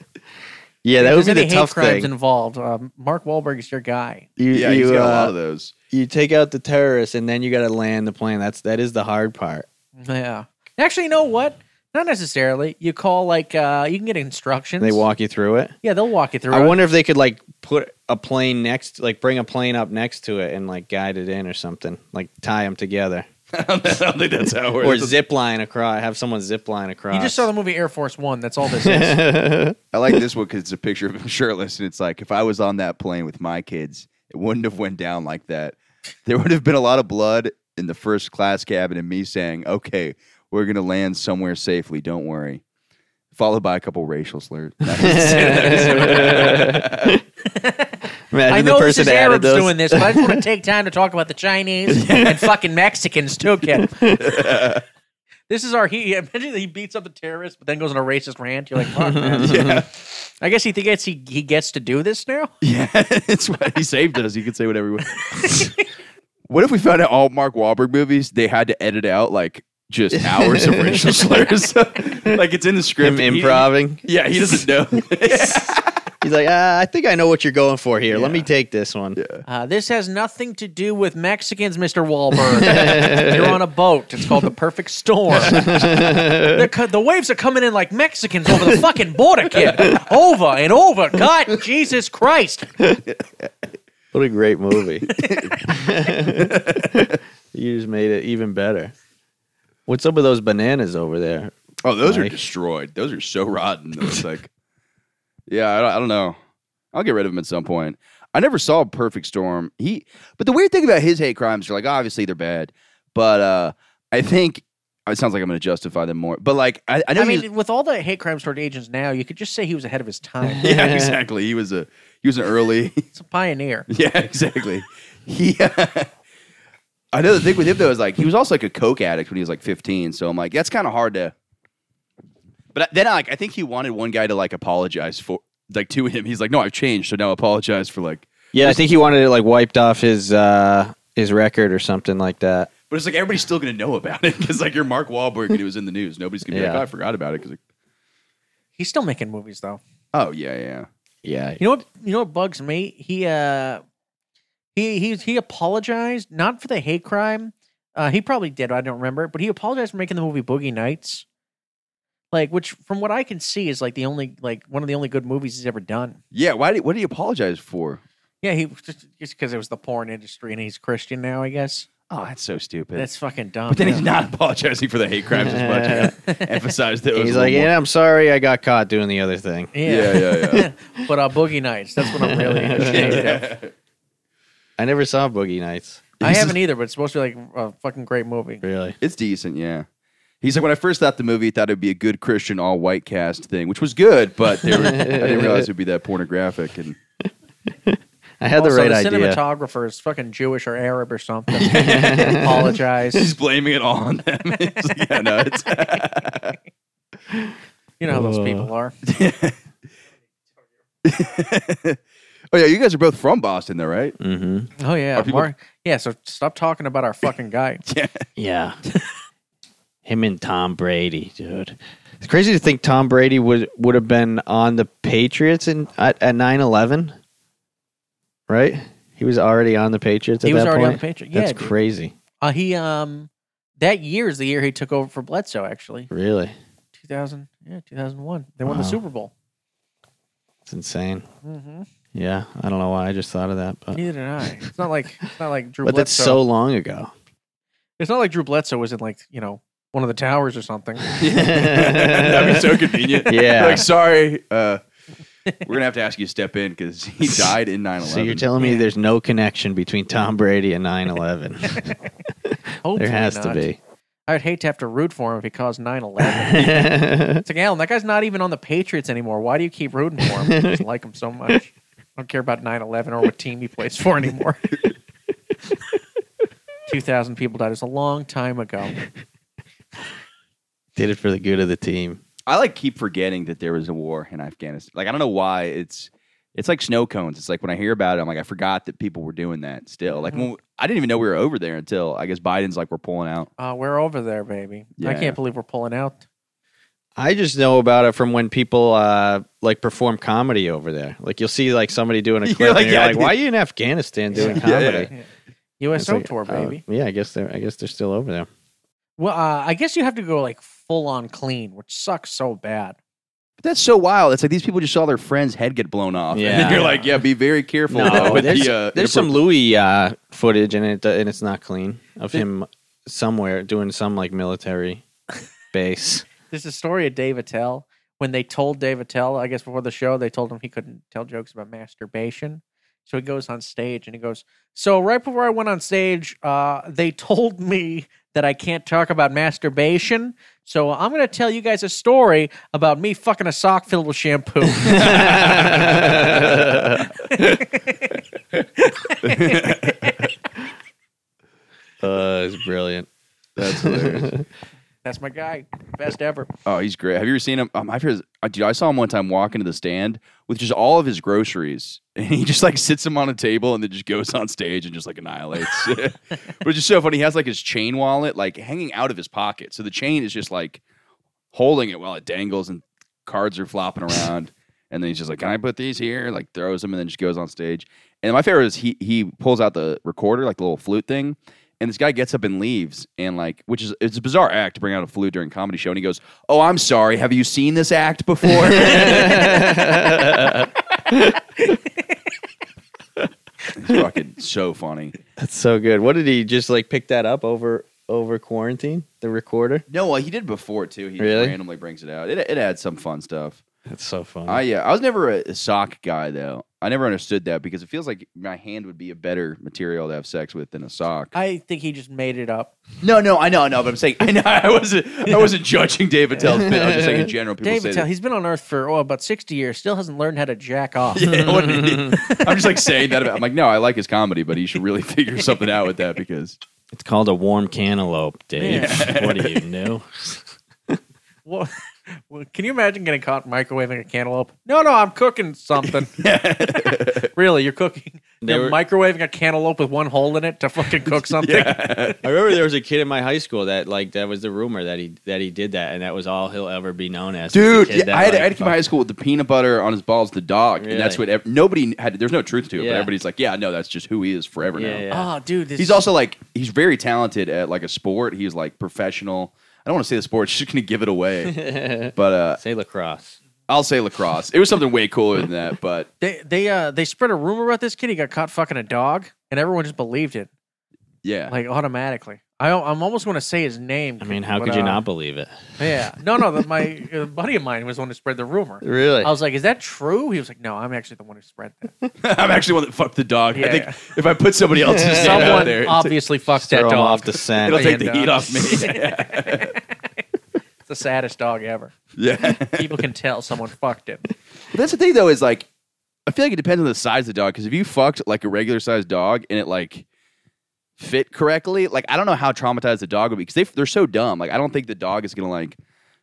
[SPEAKER 3] Yeah, that
[SPEAKER 5] if
[SPEAKER 3] would be
[SPEAKER 5] there's
[SPEAKER 3] the
[SPEAKER 5] any
[SPEAKER 3] tough
[SPEAKER 5] hate crimes
[SPEAKER 3] thing.
[SPEAKER 5] involved, um, Mark Wahlberg is your guy.
[SPEAKER 3] you,
[SPEAKER 4] yeah,
[SPEAKER 3] you,
[SPEAKER 4] he's got a
[SPEAKER 3] uh,
[SPEAKER 4] lot of those.
[SPEAKER 3] you take out the terrorists and then you got to land the plane. That's that is the hard part.
[SPEAKER 5] Yeah. Actually, you know what? Not necessarily. You call like uh, you can get instructions.
[SPEAKER 3] They walk you through it.
[SPEAKER 5] Yeah, they'll walk you through.
[SPEAKER 3] I
[SPEAKER 5] it.
[SPEAKER 3] wonder if they could like put a plane next, like bring a plane up next to it and like guide it in or something, like tie them together
[SPEAKER 4] I don't think that's how it
[SPEAKER 3] or
[SPEAKER 4] works.
[SPEAKER 3] zip line across. Have someone zip line across.
[SPEAKER 5] You just saw the movie Air Force One. That's all this is.
[SPEAKER 4] I like this one because it's a picture of him shirtless, and it's like if I was on that plane with my kids, it wouldn't have went down like that. There would have been a lot of blood in the first class cabin, and me saying, "Okay, we're gonna land somewhere safely. Don't worry." Followed by a couple racial slurs.
[SPEAKER 3] Imagine
[SPEAKER 5] I
[SPEAKER 3] the
[SPEAKER 5] know this
[SPEAKER 3] person
[SPEAKER 5] is
[SPEAKER 3] that added
[SPEAKER 5] Arabs
[SPEAKER 3] those.
[SPEAKER 5] doing this, but I just want to take time to talk about the Chinese and fucking Mexicans too, kid. this is our he. Imagine that he beats up the terrorists, but then goes on a racist rant. You're like, fuck, man.
[SPEAKER 4] yeah,
[SPEAKER 5] I guess he thinks he he gets to do this now.
[SPEAKER 4] yeah, it's what he saved us. He could say whatever he wants. what if we found out all Mark Wahlberg movies they had to edit out like just hours of racial slurs? like it's in the script.
[SPEAKER 3] Him
[SPEAKER 4] and he-
[SPEAKER 3] improving.
[SPEAKER 4] Yeah, he doesn't know.
[SPEAKER 3] He's like, ah, I think I know what you're going for here. Let me take this one.
[SPEAKER 5] Uh, this has nothing to do with Mexicans, Mr. Wahlberg. You're on a boat. It's called the Perfect Storm. the, co- the waves are coming in like Mexicans over the fucking border, kid. Over and over. God, Jesus Christ.
[SPEAKER 3] What a great movie. you just made it even better. What's up with those bananas over there?
[SPEAKER 4] Oh, those are
[SPEAKER 3] Mike.
[SPEAKER 4] destroyed. Those are so rotten. It's like, yeah, I don't, I don't know. I'll get rid of them at some point. I never saw Perfect Storm. He, but the weird thing about his hate crimes are like obviously they're bad, but uh I think it sounds like I'm going to justify them more. But like I, I know
[SPEAKER 5] I
[SPEAKER 4] he
[SPEAKER 5] mean, with all the hate crimes toward Asians now, you could just say he was ahead of his time.
[SPEAKER 4] was- yeah, exactly. He was a he was an early.
[SPEAKER 5] He's a pioneer.
[SPEAKER 4] Yeah, exactly. He, I know the thing with him though is like he was also like a coke addict when he was like 15. So I'm like, that's kind of hard to. But then I, like I think he wanted one guy to like apologize for like to him. He's like, no, I've changed, so now apologize for like.
[SPEAKER 3] Yeah, I think he wanted it like wiped off his uh his record or something like that.
[SPEAKER 4] But it's like everybody's still gonna know about it because like you're Mark Wahlberg and it was in the news. Nobody's gonna be like, "Oh,
[SPEAKER 3] Yeah.
[SPEAKER 4] I forgot about it because like,
[SPEAKER 5] He's still making movies, though.
[SPEAKER 4] oh yeah, yeah.
[SPEAKER 3] Yeah.
[SPEAKER 5] You know what? You know what bugs me? He uh, he he he apologized not for the hate crime. Uh, he probably did. I don't remember, but he apologized for making the movie Boogie Nights. Like, which from what I can see is like the only like one of the only good movies he's ever done.
[SPEAKER 4] Yeah, why did, what did he apologize for?
[SPEAKER 5] Yeah, he was just just because it was the porn industry and he's Christian now, I guess.
[SPEAKER 4] Oh, that's so stupid.
[SPEAKER 5] That's fucking dumb.
[SPEAKER 4] but then he's
[SPEAKER 5] yeah.
[SPEAKER 4] not apologizing for the hate crimes as much. yeah. Emphasize that it was
[SPEAKER 3] He's
[SPEAKER 4] a
[SPEAKER 3] like,
[SPEAKER 4] little
[SPEAKER 3] yeah, I'm sorry I got caught doing the other thing.
[SPEAKER 5] Yeah,
[SPEAKER 4] Yeah, yeah,
[SPEAKER 5] but uh, Boogie Nights. That's what I'm really ashamed
[SPEAKER 4] more-
[SPEAKER 5] of.
[SPEAKER 3] I never saw Boogie Nights.
[SPEAKER 5] I haven't either, but it's supposed to be like a fucking great movie.
[SPEAKER 3] Really?
[SPEAKER 4] It's decent, yeah. He's like, when I first thought the movie, I thought it'd be a good Christian all white cast thing, which was good, but they were, I didn't realize it'd be that pornographic. And
[SPEAKER 3] I had
[SPEAKER 5] also,
[SPEAKER 3] the right
[SPEAKER 5] the
[SPEAKER 3] idea.
[SPEAKER 5] cinematographer is fucking Jewish or Arab or something. Apologize.
[SPEAKER 4] he's blaming it all on them. It's like, yeah, no, it's,
[SPEAKER 5] You know how those
[SPEAKER 3] Uh.
[SPEAKER 5] people are.
[SPEAKER 4] oh yeah, you guys are both from Boston, though, right?
[SPEAKER 3] Mm-hmm.
[SPEAKER 5] Oh yeah,
[SPEAKER 4] Are people-
[SPEAKER 5] Mark. Yeah, so stop talking about our fucking guy.
[SPEAKER 3] Yeah. Him and Tom Brady, dude. It's crazy to think Tom Brady would would have been on the Patriots in at, at 9/11. Right? He was already on the Patriots at
[SPEAKER 5] He was
[SPEAKER 3] that
[SPEAKER 5] already on
[SPEAKER 3] point.
[SPEAKER 5] the Patriots. Yeah,
[SPEAKER 3] That's
[SPEAKER 5] dude.
[SPEAKER 3] crazy.
[SPEAKER 5] Uh, he um, that year is the year he took over for Bledsoe. Actually,
[SPEAKER 3] Really.
[SPEAKER 5] two thousand. Yeah, two thousand one. They won the
[SPEAKER 3] Wow.
[SPEAKER 5] Super Bowl.
[SPEAKER 3] It's insane.
[SPEAKER 5] hmm
[SPEAKER 3] Yeah, I don't know why I just thought of that, but
[SPEAKER 5] Neither did I. It's not like it's not like Drew.
[SPEAKER 3] but that's
[SPEAKER 5] Bledsoe.
[SPEAKER 3] so long ago.
[SPEAKER 5] It's not like Drew Bledsoe was in like you know one of the towers or something.
[SPEAKER 4] That'd be so convenient.
[SPEAKER 3] Yeah.
[SPEAKER 4] like sorry, uh, we're gonna have to ask you to step in because he died in 9-11.
[SPEAKER 3] So you're telling me there's no connection between Tom Brady and 9/11?
[SPEAKER 5] Hopefully
[SPEAKER 3] there has to
[SPEAKER 5] not.
[SPEAKER 3] be.
[SPEAKER 5] I'd hate to have to root for him if he caused 9-11. it's like Alan, that guy's not even on the Patriots anymore. Why do you keep rooting for him? I just like him so much. I don't care about 9-11 or what team he plays for anymore. Two thousand people died. It was a long time ago.
[SPEAKER 3] Did it for the good of the team.
[SPEAKER 4] I like keep forgetting that there was a war in Afghanistan. Like I don't know why it's it's like snow cones. It's like when I hear about it, I'm like I forgot that people were doing that still. Like
[SPEAKER 3] Mm-hmm.
[SPEAKER 4] when, I didn't even know we were over there until I guess Biden's like we're pulling out.
[SPEAKER 5] Uh, we're over there, baby. I
[SPEAKER 4] Yeah.
[SPEAKER 5] can't believe we're pulling out.
[SPEAKER 3] I just know about it from when people uh, like perform comedy over there. Like you'll see like somebody doing a
[SPEAKER 4] You're
[SPEAKER 3] clip, and
[SPEAKER 4] like,
[SPEAKER 3] you're
[SPEAKER 4] "Yeah, I
[SPEAKER 3] like,
[SPEAKER 4] did."
[SPEAKER 3] "Why are you in Afghanistan doing
[SPEAKER 5] Yeah.
[SPEAKER 3] comedy?"
[SPEAKER 4] Yeah, yeah.
[SPEAKER 5] USO
[SPEAKER 3] It's
[SPEAKER 5] tour,
[SPEAKER 3] like,
[SPEAKER 5] baby.
[SPEAKER 3] uh, yeah, I guess they're I guess they're still over there.
[SPEAKER 5] Well, uh, I guess you have to go like full on clean, which sucks so bad.
[SPEAKER 4] But that's so wild. It's like these people just saw their friend's head get blown off. Yeah, and
[SPEAKER 3] Yeah.
[SPEAKER 4] then you're like, yeah, be very careful uh,
[SPEAKER 3] No,
[SPEAKER 4] with
[SPEAKER 3] there's,
[SPEAKER 4] the. Uh,
[SPEAKER 3] there's some Louis uh, footage and it and it's not clean of him somewhere doing some like military base.
[SPEAKER 5] There's a story of Dave Attell when they told Dave Attell, I guess before the show, they told him he couldn't tell jokes about masturbation. So he goes on stage and he goes, So right before I went on stage, uh, they told me that I can't talk about masturbation. So I'm going to tell you guys a story about me fucking a sock filled with shampoo.
[SPEAKER 3] Uh, it's brilliant.
[SPEAKER 4] That's hilarious.
[SPEAKER 5] That's my guy. Best ever.
[SPEAKER 4] Oh, he's great. Have you ever seen him? Um, I've heard, uh, dude, I saw him one time walk into the stand with just all of his groceries, and he just like sits them on a table and then just goes on stage and just like annihilates. but it's just so funny. He has like his chain wallet like hanging out of his pocket, so the chain is just like holding it while it dangles and cards are flopping around. and then he's just like, "Can I put these here?" Like throws them and then just goes on stage. And my favorite is he he pulls out the recorder, like the little flute thing, and this guy gets up and leaves, and like, which is it's a bizarre act to bring out a flute during a comedy show. And he goes, "Oh, I'm sorry. Have you seen this act before?" it's fucking so funny.
[SPEAKER 3] That's so good. What did he just like pick that up over over quarantine? The recorder.
[SPEAKER 4] No, well, he did before too. He
[SPEAKER 3] Really?
[SPEAKER 4] just randomly brings it out. It it adds some fun stuff.
[SPEAKER 3] That's so funny.
[SPEAKER 4] I Uh, yeah, I was never a, a sock guy though. I never understood that because it feels like my hand would be a better material to have sex with than a sock.
[SPEAKER 3] Uh,
[SPEAKER 5] I think he just made it up.
[SPEAKER 4] No, no, I know, I know, but I'm saying I know I wasn't I wasn't judging Dave Attell's bit. I was just saying in general people
[SPEAKER 5] Dave
[SPEAKER 4] say
[SPEAKER 5] Attell,
[SPEAKER 4] that.
[SPEAKER 5] he's been on Earth for oh, about 60 years, still hasn't learned how to jack off.
[SPEAKER 4] Yeah, what- I'm just like saying that about I'm like, no, I like his comedy, but he should really figure something out with that because
[SPEAKER 3] it's called a warm cantaloupe, Dave. What do you know?
[SPEAKER 5] Well, well, can you imagine getting caught microwaving a cantaloupe? No, no, I'm cooking something. really, you're cooking.
[SPEAKER 3] They
[SPEAKER 5] You're
[SPEAKER 3] were-
[SPEAKER 5] microwaving a cantaloupe with one hole in it to fucking cook something.
[SPEAKER 3] I remember there was a kid in my high school that like that was the rumor that he that he did that, and that was all he'll ever be known as. was
[SPEAKER 4] Dude,
[SPEAKER 3] the kid
[SPEAKER 4] yeah,
[SPEAKER 3] that,
[SPEAKER 4] I had,
[SPEAKER 3] like,
[SPEAKER 4] I had to keep my high school with the peanut butter on his balls, the dog, and that's what
[SPEAKER 3] Really?
[SPEAKER 4] ev- nobody had. There's no truth to it,
[SPEAKER 3] Yeah.
[SPEAKER 4] but everybody's like, yeah, no, that's just who he is forever
[SPEAKER 3] Yeah,
[SPEAKER 4] now.
[SPEAKER 3] yeah.
[SPEAKER 5] Oh, dude, this
[SPEAKER 4] He's also like he's very talented at like a sport. He's like professional. I don't want to say the sport. She's going to give it away. but uh,
[SPEAKER 3] Oh. Say lacrosse.
[SPEAKER 4] I'll say lacrosse. It was something way cooler than that. But
[SPEAKER 5] They they uh they spread a rumor about this kid. He got caught fucking a dog, and everyone just believed it
[SPEAKER 4] yeah,
[SPEAKER 5] like automatically. I I'm almost going to say his name.
[SPEAKER 3] I mean, how
[SPEAKER 5] but,
[SPEAKER 3] could you
[SPEAKER 5] uh,
[SPEAKER 3] not believe it?
[SPEAKER 5] Yeah, no, no. That my uh, buddy of mine was the one who spread the rumor.
[SPEAKER 3] Really?
[SPEAKER 5] I was like, "Is that true?" He was like, "No, I'm actually the one who spread that.
[SPEAKER 4] I'm actually one that fucked the dog. I
[SPEAKER 5] Yeah.
[SPEAKER 4] think if I put somebody else's name out
[SPEAKER 5] Someone
[SPEAKER 4] there, it's-
[SPEAKER 5] obviously fucked that
[SPEAKER 3] Throw
[SPEAKER 5] dog.
[SPEAKER 3] 'em off the scent.
[SPEAKER 4] it'll take the
[SPEAKER 5] and,
[SPEAKER 4] heat
[SPEAKER 5] uh,
[SPEAKER 4] off me.
[SPEAKER 5] It's the saddest dog ever.
[SPEAKER 4] yeah.
[SPEAKER 5] People can tell someone fucked him.
[SPEAKER 4] But that's the thing, though, is like, I feel like it depends on the size of the dog. Because if you fucked like a regular sized dog and it like fit correctly, like I don't know how traumatized the dog would be because they they're so dumb. Like I don't think the dog is gonna like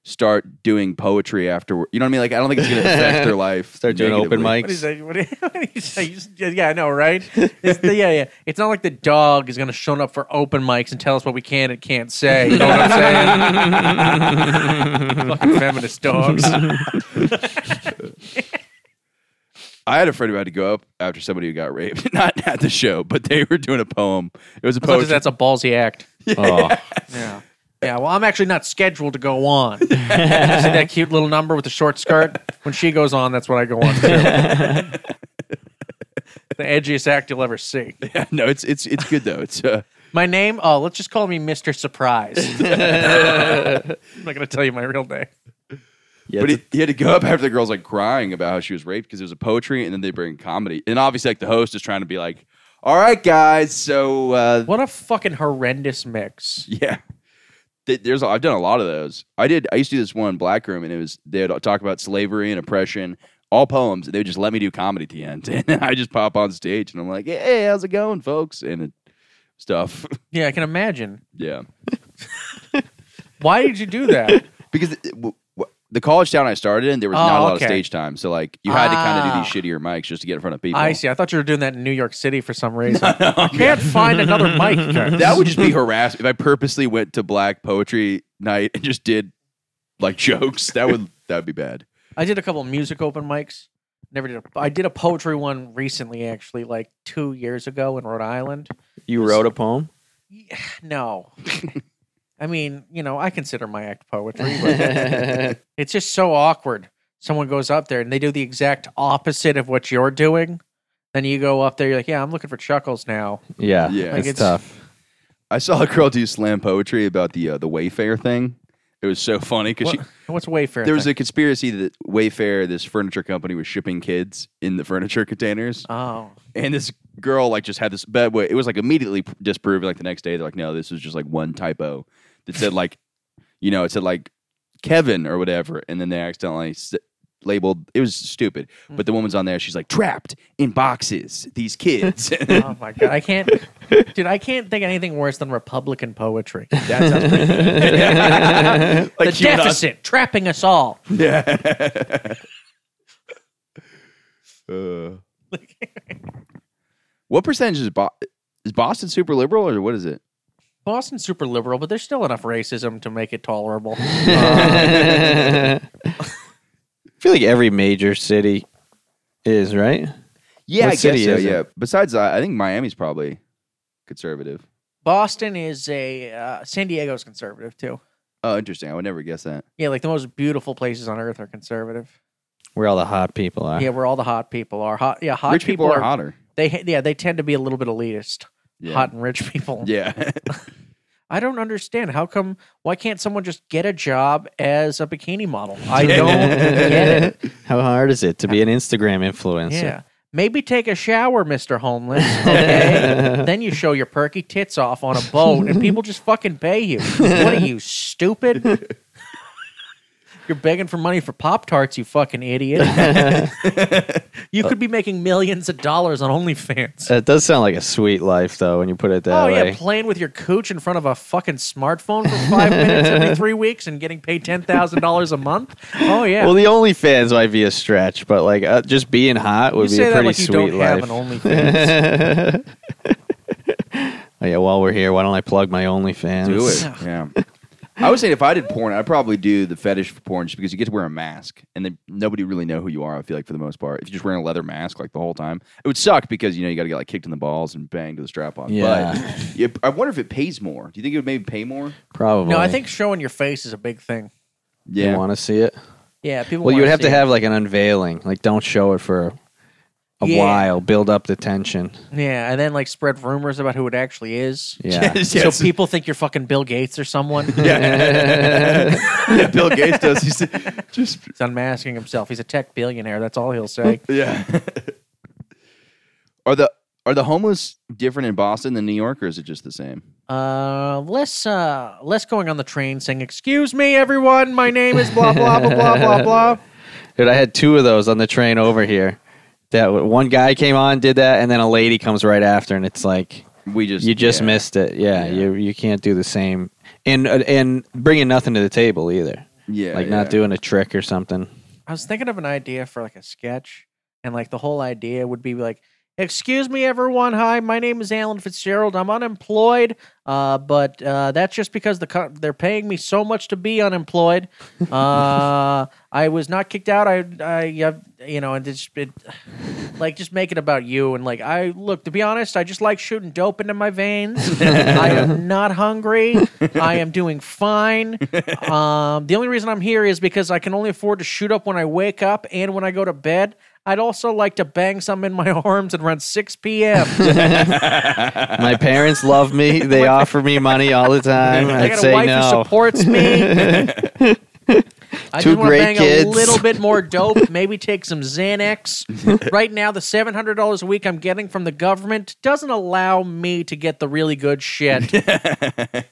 [SPEAKER 4] start doing poetry afterward. You know what I mean? Like I don't think it's gonna affect their life.
[SPEAKER 3] Start doing open
[SPEAKER 4] negatively.
[SPEAKER 5] What is
[SPEAKER 3] mics.
[SPEAKER 5] that? What is, what is that? You s- Yeah, I know, right? It's the, yeah, yeah. It's not like the dog is going to show up for open mics and tell us what we can and can't say. You know what I'm saying? Fucking feminist dogs.
[SPEAKER 4] I had a friend who had to go up after somebody who got raped, not at the show, but they were doing a poem. It was a
[SPEAKER 5] Such
[SPEAKER 4] poetry.
[SPEAKER 5] as that's a ballsy act.
[SPEAKER 3] Oh,
[SPEAKER 5] Yeah. Yeah, well, I'm actually not scheduled to go on. See that cute little number with the short skirt? When she goes on, that's when I go on. Too. the edgiest act you'll ever see.
[SPEAKER 4] yeah, no, it's it's it's good though. It's uh,
[SPEAKER 5] My name? Oh, let's just call me Mr. Surprise. I'm not going to tell you my real name.
[SPEAKER 3] yeah,
[SPEAKER 4] but
[SPEAKER 3] it's
[SPEAKER 4] he, he had to go up after the girl's like crying about how she was raped because it was a poetry, and then they bring comedy, and obviously like the host is trying to be like, "All right, guys, so uh,
[SPEAKER 5] What a fucking horrendous mix.
[SPEAKER 4] yeah." Th- There's I've done a lot of those. I did. I used to do this one black room, and it was they would talk about slavery and oppression, all poems, and they would just let me do comedy at the end, and I just pop on stage, and I'm like, "Hey, how's it going, folks?" and it, stuff.
[SPEAKER 5] Yeah, I can imagine.
[SPEAKER 4] yeah,
[SPEAKER 5] Why did you do that?
[SPEAKER 4] because it- w- w- the college town I started in, there was
[SPEAKER 5] Oh,
[SPEAKER 4] not a lot
[SPEAKER 5] okay.
[SPEAKER 4] of stage time, so like you had to kind
[SPEAKER 5] Ah.
[SPEAKER 4] of do these shittier mics just to get in front of people.
[SPEAKER 5] I see. I thought you were doing that in New York City for some reason. I can't find another mic. Kurt.
[SPEAKER 4] That would just be harassed if I purposely went to black poetry night and just did like jokes. That would that would be bad.
[SPEAKER 5] I did a couple of music open mics. Never did. A, I did a poetry one recently, actually, like two years ago in Rhode Island.
[SPEAKER 3] you wrote a poem.
[SPEAKER 5] No, I mean, you know, I consider my act poetry, but it's just so awkward. Someone goes up there and they do the exact opposite of what you're doing. Then you go up there, you're like, "Yeah, I'm looking for chuckles now."
[SPEAKER 3] Yeah,
[SPEAKER 4] Yeah. Like,
[SPEAKER 3] it's,
[SPEAKER 5] it's-
[SPEAKER 3] tough.
[SPEAKER 4] I saw a girl do slam poetry about the uh, the Wayfair thing. It was so funny because
[SPEAKER 5] What, what's Wayfair?
[SPEAKER 4] there was
[SPEAKER 5] thing?
[SPEAKER 4] a conspiracy that Wayfair, this furniture company, was shipping kids in the furniture containers,
[SPEAKER 5] oh,
[SPEAKER 4] and this girl like just had this bad way. It was like immediately p- disproved. Like the next day, they're like, no, this was just like one typo that said like, you know, it said like Kevin or whatever, and then they accidentally s- labeled. It was stupid, but the woman's on there. She's like trapped in boxes. These kids. that
[SPEAKER 5] oh my god, I can't, dude, I can't think of anything worse than Republican poetry.
[SPEAKER 4] sounds pretty good.
[SPEAKER 5] the
[SPEAKER 4] Like you and us.
[SPEAKER 5] deficit trapping us all.
[SPEAKER 4] Uh. what percentage is Bo- is Boston super liberal or what is it?
[SPEAKER 5] Boston's super liberal, but there's still enough racism to make it tolerable. Uh,
[SPEAKER 3] I feel like every major city is right.
[SPEAKER 4] Yeah,
[SPEAKER 3] What
[SPEAKER 4] I guess
[SPEAKER 3] city
[SPEAKER 4] so,
[SPEAKER 3] is it?
[SPEAKER 4] yeah. Besides, uh, I think Miami's probably conservative.
[SPEAKER 5] Boston is a uh, San Diego's conservative too.
[SPEAKER 4] Oh, interesting. I would never guess that.
[SPEAKER 5] Yeah, like the most beautiful places on earth are conservative.
[SPEAKER 3] Where all the hot people are.
[SPEAKER 5] Yeah, where all the hot people are hot. Yeah, hot
[SPEAKER 4] Rich people, are, hotter.
[SPEAKER 5] They ha- yeah they tend to be a little bit elitist.
[SPEAKER 4] Yeah.
[SPEAKER 5] Hot and rich people.
[SPEAKER 4] Yeah,
[SPEAKER 5] I don't understand. How come? Why can't someone just get a job as a bikini model? I don't get it.
[SPEAKER 3] How hard is it to be an Instagram influencer?
[SPEAKER 5] Yeah. Maybe take a shower, Mr. Homeless. Okay. then you show your perky tits off on a boat and people just fucking pay you. What are you, stupid? You're begging for money for Pop Tarts, you fucking idiot. you could be making millions of dollars on OnlyFans.
[SPEAKER 3] That does sound like a sweet life, though, when you put it that
[SPEAKER 5] Oh,
[SPEAKER 3] way.
[SPEAKER 5] yeah, playing with your cooch in front of a fucking smartphone for five minutes every three weeks and getting paid $10,000 a month. Oh, yeah.
[SPEAKER 3] Well, the OnlyFans might be a stretch, but like uh, just being hot would
[SPEAKER 5] you
[SPEAKER 3] be
[SPEAKER 5] say
[SPEAKER 3] a
[SPEAKER 5] that
[SPEAKER 3] pretty
[SPEAKER 5] like you
[SPEAKER 3] sweet
[SPEAKER 5] don't
[SPEAKER 3] life.
[SPEAKER 5] have an OnlyFans.
[SPEAKER 3] Oh, yeah, while we're here, why don't I plug my OnlyFans?
[SPEAKER 4] do it. Yeah, I was saying if I did porn, I'd probably do the fetish for porn just because you get to wear a mask and then nobody really know who you are. I feel like for the most part, if you're just wearing a leather mask like the whole time, it would suck because you know you got to get like kicked in the balls and banged with a strap on.
[SPEAKER 3] Yeah.
[SPEAKER 4] But yeah, I wonder if it pays more. Do you think it would maybe pay more?
[SPEAKER 3] Probably.
[SPEAKER 5] No, I think showing your face is a big thing.
[SPEAKER 3] you
[SPEAKER 4] Yeah.
[SPEAKER 3] want to see it.
[SPEAKER 5] Yeah, people.
[SPEAKER 3] Well, you
[SPEAKER 5] wanna
[SPEAKER 3] would have to
[SPEAKER 5] see
[SPEAKER 3] have like an unveiling. Like, don't show it for a
[SPEAKER 5] Yeah.
[SPEAKER 3] while. Build up the tension.
[SPEAKER 5] it. Yeah, and then like spread rumors about who it actually is.
[SPEAKER 3] Yeah.
[SPEAKER 4] Yes, yes.
[SPEAKER 5] So people think you're fucking Bill Gates or someone.
[SPEAKER 4] yeah, Bill Gates does. He's just
[SPEAKER 5] He's unmasking himself. He's a tech billionaire. That's all he'll say.
[SPEAKER 4] yeah. are the are the homeless different in Boston than New York, or is it just the same?
[SPEAKER 5] Uh, less, uh, less going on the train saying, "Excuse me, everyone. My name is blah blah blah blah blah blah."
[SPEAKER 3] Dude, I had two of those on the train over here. That w- one guy came on, did that, and then a lady comes right after, and it's like
[SPEAKER 4] We just
[SPEAKER 3] you just
[SPEAKER 4] yeah.
[SPEAKER 3] missed it. Yeah,
[SPEAKER 4] Yeah.
[SPEAKER 3] you you can't do the same, and uh, and bringing nothing to the table either.
[SPEAKER 4] Yeah,
[SPEAKER 3] like not
[SPEAKER 4] yeah.
[SPEAKER 3] doing a trick or something.
[SPEAKER 5] I was thinking of an idea for like a sketch, and like the whole idea would be like, "Excuse me, everyone. Hi, my name is Alan Fitzgerald. I'm unemployed, uh, but uh, that's just because the co- they're paying me so much to be unemployed. Uh, I was not kicked out. I, I, I you know, and it's it, like just make it about you. And like, I look to be honest, I just like shooting dope into my veins. I am not hungry. I am doing fine. Um, the only reason I'm here is because I can only afford to shoot up when I wake up and when I go to bed. I'd also like to bang some in my arms and run 6 p.m.
[SPEAKER 3] My parents love me. They offer me money all the time.
[SPEAKER 5] I
[SPEAKER 3] I'd
[SPEAKER 5] got a
[SPEAKER 3] say
[SPEAKER 5] wife who
[SPEAKER 3] no.
[SPEAKER 5] supports me. I
[SPEAKER 3] Two
[SPEAKER 5] just want to
[SPEAKER 3] great
[SPEAKER 5] bang a
[SPEAKER 3] kids.
[SPEAKER 5] little bit more dope. Maybe take some Xanax. right now, the seven hundred dollars a week I'm getting from the government doesn't allow me to get the really good shit.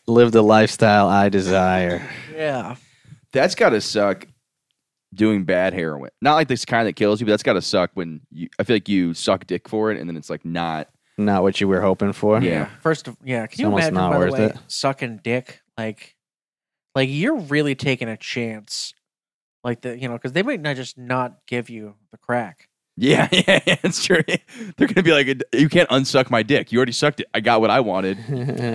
[SPEAKER 3] Live the lifestyle I desire.
[SPEAKER 5] yeah,
[SPEAKER 4] That's got to suck. Doing bad heroin, not like this kind that kills you, but that's got to suck. When you, I feel like you suck dick for it, and then it's like not.
[SPEAKER 3] Not what you were hoping for.
[SPEAKER 4] Yeah.
[SPEAKER 5] First of yeah, can you
[SPEAKER 3] almost
[SPEAKER 5] imagine?
[SPEAKER 3] not
[SPEAKER 5] By the
[SPEAKER 3] worth
[SPEAKER 5] way,
[SPEAKER 3] it.
[SPEAKER 5] sucking dick like, like you're really taking a chance. Like the you know because they might not just not give you the crack.
[SPEAKER 4] Yeah, yeah, yeah, it's true. They're gonna be like, you can't unsuck my dick. You already sucked it. I got what I wanted.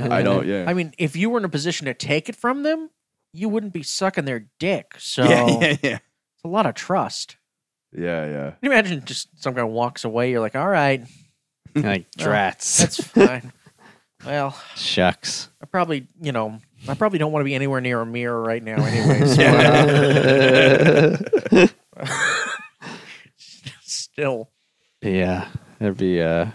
[SPEAKER 4] I don't. Yeah.
[SPEAKER 5] I mean, if you were in a position to take it from them, you wouldn't be sucking their dick. So
[SPEAKER 4] yeah, yeah, yeah,
[SPEAKER 5] It's a lot of trust.
[SPEAKER 4] yeah, yeah.
[SPEAKER 5] Can you imagine just some guy walks away? You're like, all right,
[SPEAKER 3] Like drats.
[SPEAKER 5] that's fine. well,
[SPEAKER 3] Shucks.
[SPEAKER 5] I probably, you know, I probably don't want to be anywhere near a mirror right now, anyways. Still,
[SPEAKER 3] Yeah. That'd be uh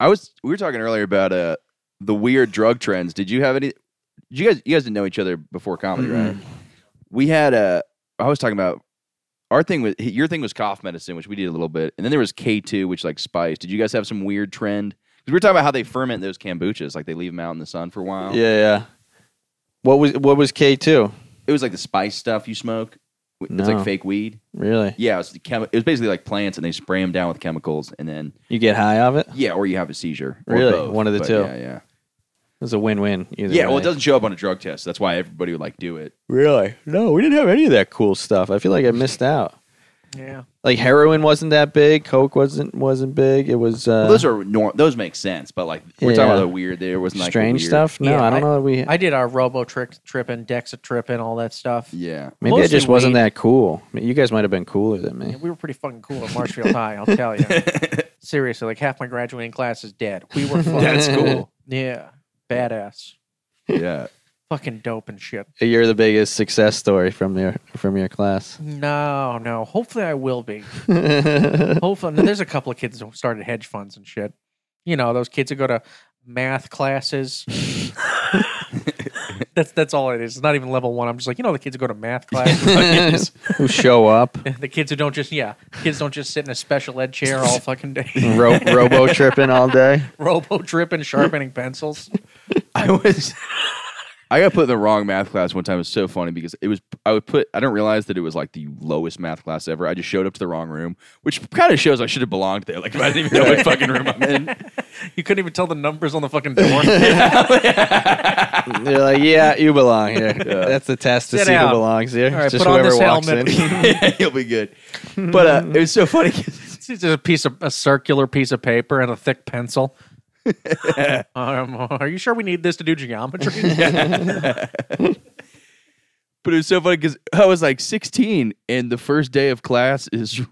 [SPEAKER 4] I was we were talking earlier about uh the weird drug trends. Did you have any? Did you guys you guys didn't know each other before comedy, right? We had uh I was talking about our thing was your thing was cough medicine, which we did a little bit, and then there was K two, which like spice. Did you guys have some weird trend? Because we were talking about how they ferment those kombuchas, like they leave them out in the sun for a while.
[SPEAKER 3] Yeah, yeah. What was what was K two?
[SPEAKER 4] it was like the spice stuff you smoke. It's
[SPEAKER 3] No.
[SPEAKER 4] like fake weed.
[SPEAKER 3] Really?
[SPEAKER 4] Yeah, it was, the chemi- it was basically like plants, and they spray them down with chemicals, and then
[SPEAKER 3] You get high off it? It
[SPEAKER 4] yeah, or you have a seizure. or
[SPEAKER 3] Really?
[SPEAKER 4] both.
[SPEAKER 3] One of the
[SPEAKER 4] But
[SPEAKER 3] two.
[SPEAKER 4] Yeah, yeah.
[SPEAKER 3] was a win win either.
[SPEAKER 4] Yeah, well,
[SPEAKER 3] way.
[SPEAKER 4] it doesn't show up on a drug test. That's why everybody would like do it.
[SPEAKER 3] really. No, we didn't have any of that cool stuff. I feel like I missed out.
[SPEAKER 5] yeah.
[SPEAKER 3] Like heroin wasn't that big, coke wasn't wasn't big. It was uh,
[SPEAKER 4] Well, those are nor- those make sense, but like we're talking
[SPEAKER 3] Yeah.
[SPEAKER 4] about the weird. There wasn't like the
[SPEAKER 3] strange
[SPEAKER 4] weird-
[SPEAKER 3] stuff. No,
[SPEAKER 5] Yeah,
[SPEAKER 3] I don't
[SPEAKER 5] I-
[SPEAKER 3] know. That we
[SPEAKER 5] I did our robo trick tripping, dexa tripping, all that stuff.
[SPEAKER 4] Yeah,
[SPEAKER 3] maybe it
[SPEAKER 5] mostly
[SPEAKER 3] just wasn't
[SPEAKER 5] weed.
[SPEAKER 3] that cool. I mean, you guys might have been cooler than me.
[SPEAKER 5] Yeah, we were pretty fucking cool at Marshfield High, I'll tell you. Seriously, like half my graduating class is dead. We were fucking
[SPEAKER 4] that's cool.
[SPEAKER 5] Yeah, badass,
[SPEAKER 4] yeah,
[SPEAKER 5] fucking dope and shit.
[SPEAKER 3] You're the biggest success story from your from your class.
[SPEAKER 5] No, no. Hopefully, I will be. Hopefully, there's a couple of kids who started hedge funds and shit. You know, those kids who go to math classes. that's that's all it is. It's not even level one. I'm just like, you know, the kids who go to math classes.
[SPEAKER 3] Who show up?
[SPEAKER 5] the kids who don't just yeah, kids don't just sit in a special ed chair all fucking day,
[SPEAKER 3] Ro- robo tripping all day.
[SPEAKER 5] robo tripping, sharpening pencils.
[SPEAKER 4] I was. I got put in the wrong math class one time. It was so funny because it was. I would put. I didn't realize that it was like the lowest math class ever. I just showed up to the wrong room, which kind of shows I should have belonged there. Like if I didn't even know what fucking room I'm in.
[SPEAKER 5] You couldn't even tell the numbers on the fucking door.
[SPEAKER 3] They're like, yeah, you belong here. That's the test to
[SPEAKER 5] Sit
[SPEAKER 3] see
[SPEAKER 5] down.
[SPEAKER 3] who belongs here.
[SPEAKER 5] All right,
[SPEAKER 3] just
[SPEAKER 5] put on
[SPEAKER 3] whoever
[SPEAKER 5] this
[SPEAKER 3] walks
[SPEAKER 5] helmet.
[SPEAKER 3] in.
[SPEAKER 4] yeah, you'll be good. But uh, it was so funny. 'cause
[SPEAKER 5] it's just a piece of a circular piece of paper and a thick pencil. Um, are you sure we need this to do geometry?
[SPEAKER 4] But it was so funny because I was like 16, and the first day of class is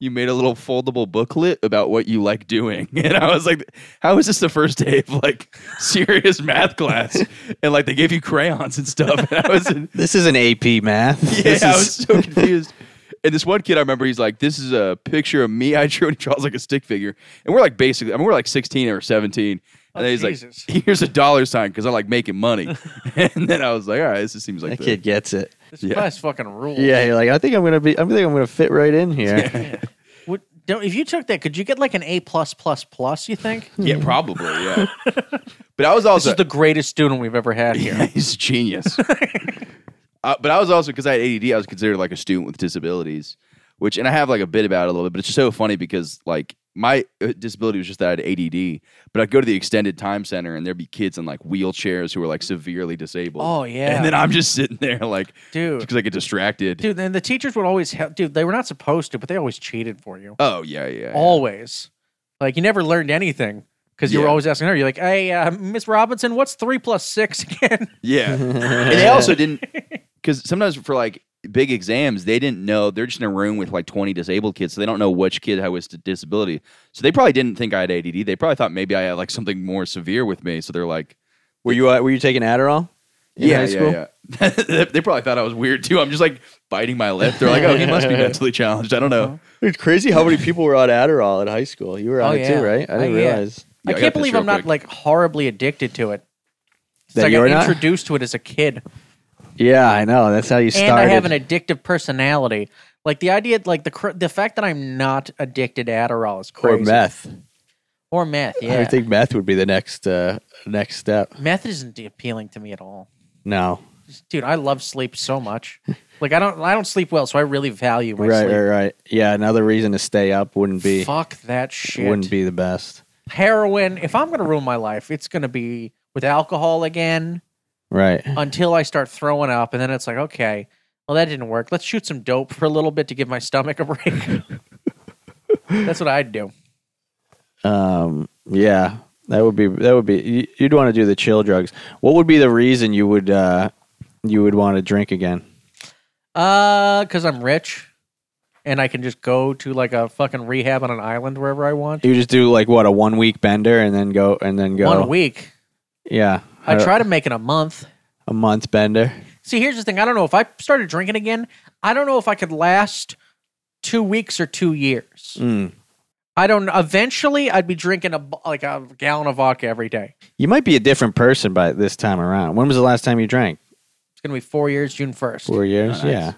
[SPEAKER 4] you made a little foldable booklet about what you like doing, and I was like, "How is this the first day of like serious math class?" And like they gave you crayons and stuff, and I was, in,
[SPEAKER 3] This is an AP math.
[SPEAKER 4] yeah,
[SPEAKER 3] This
[SPEAKER 4] I
[SPEAKER 3] is-
[SPEAKER 4] was so confused. And this one kid, I remember, he's like, "This is a picture of me I drew," and he draws like a stick figure, and we're like basically, I mean, we're like 16 or 17. And
[SPEAKER 5] Oh,
[SPEAKER 4] then he's
[SPEAKER 5] Jesus.
[SPEAKER 4] like, "Here's a dollar sign because I like making money," and then I was like, "All right, this just seems like
[SPEAKER 3] that
[SPEAKER 4] the-
[SPEAKER 3] kid gets it.
[SPEAKER 5] this
[SPEAKER 4] Yeah.
[SPEAKER 5] class fucking rules.
[SPEAKER 3] Yeah, you're like, I think I'm gonna be. I think I'm gonna fit right in here.
[SPEAKER 5] Would, don't, if you took that, could you get like an A plus plus plus? You think
[SPEAKER 4] Yeah, probably. Yeah. but I was
[SPEAKER 5] Hmm. this
[SPEAKER 4] also
[SPEAKER 5] is the greatest student we've ever had here?
[SPEAKER 4] yeah, he's a genius. uh, but I was also because I had ADD, I was considered like a student with disabilities, which and I have like a bit about it a little bit. But it's just so funny because like my uh, disability was just that I had ADD, but I'd go to the extended time center and there'd be kids in like wheelchairs who were like severely disabled.
[SPEAKER 5] Oh, yeah.
[SPEAKER 4] and then I'm just sitting there like,
[SPEAKER 5] Dude.
[SPEAKER 4] because I get distracted.
[SPEAKER 5] Dude, and the teachers would always help. Dude, they were not supposed to, but they always cheated for you.
[SPEAKER 4] Oh yeah, yeah. yeah.
[SPEAKER 5] Always. Like you never learned anything because you were
[SPEAKER 4] Yeah.
[SPEAKER 5] always asking her. You're like, hey, uh, Miss Robinson, what's three plus six again?
[SPEAKER 4] Yeah. and they also didn't, because sometimes for like big exams, they didn't know. They're just in a room with like 20 disabled kids, so they don't know which kid had which disability. So they probably didn't think I had ADD. They probably thought maybe I had like something more severe with me. So they're like,
[SPEAKER 3] were you uh, Were you taking Adderall? in high school?
[SPEAKER 4] yeah. they probably thought I was weird too. I'm just like biting my lip. They're like, oh, he must be mentally challenged. I don't know.
[SPEAKER 3] It's crazy how many people were on Adderall at high school. You were on
[SPEAKER 5] Oh,
[SPEAKER 3] it
[SPEAKER 5] yeah.
[SPEAKER 3] too, right? I
[SPEAKER 5] Oh,
[SPEAKER 3] didn't
[SPEAKER 5] yeah.
[SPEAKER 3] realize.
[SPEAKER 4] Yeah, I
[SPEAKER 5] I
[SPEAKER 4] got
[SPEAKER 5] can't
[SPEAKER 4] this
[SPEAKER 5] believe
[SPEAKER 4] real
[SPEAKER 5] I'm not
[SPEAKER 4] quick.
[SPEAKER 5] like horribly addicted to it.
[SPEAKER 3] That
[SPEAKER 5] Since I
[SPEAKER 3] you're
[SPEAKER 5] got
[SPEAKER 3] not?
[SPEAKER 5] introduced to it as a kid,
[SPEAKER 3] Yeah, I know. That's how you started.
[SPEAKER 5] and I have an addictive personality. Like the idea, like the cr- the fact that I'm not addicted to Adderall is
[SPEAKER 3] or
[SPEAKER 5] crazy.
[SPEAKER 3] meth.
[SPEAKER 5] Or meth,
[SPEAKER 3] I
[SPEAKER 5] yeah.
[SPEAKER 3] think meth would be the next uh, next step.
[SPEAKER 5] meth isn't appealing to me at all.
[SPEAKER 3] No,
[SPEAKER 5] Dude, I love sleep so much. like I don't I don't sleep well, so I really value my
[SPEAKER 3] right,
[SPEAKER 5] sleep.
[SPEAKER 3] right, right. Yeah, another reason to stay up wouldn't be
[SPEAKER 5] Fuck that shit.
[SPEAKER 3] wouldn't be the best,
[SPEAKER 5] Heroin. If I'm gonna ruin my life, it's gonna be with alcohol again
[SPEAKER 3] right?
[SPEAKER 5] until I start throwing up, and then it's like, okay, well that didn't work. Let's shoot some dope for a little bit to give my stomach a break. That's what I'd do.
[SPEAKER 3] Um, yeah, that would be that would be. you- You'd want to do the chill drugs. What would be the reason you would uh, you would want to drink again?
[SPEAKER 5] Uh, because I'm rich, and I can just go to like a fucking rehab on an island wherever I want.
[SPEAKER 3] You just do like what a one week bender and then go and then go
[SPEAKER 5] One week.
[SPEAKER 3] Yeah,
[SPEAKER 5] I
[SPEAKER 3] a-
[SPEAKER 5] try to make it a month.
[SPEAKER 3] a month bender.
[SPEAKER 5] See, here's the thing. I don't know if I started drinking again. I don't know if I could last two weeks or two years.
[SPEAKER 3] Mm.
[SPEAKER 5] I don't. Eventually, I'd be drinking a b- like a gallon of vodka every day.
[SPEAKER 3] You might be a different person by this time around. When was the last time you drank?
[SPEAKER 5] It's gonna be four years, June first.
[SPEAKER 3] Four years.
[SPEAKER 4] nice.
[SPEAKER 3] Yeah.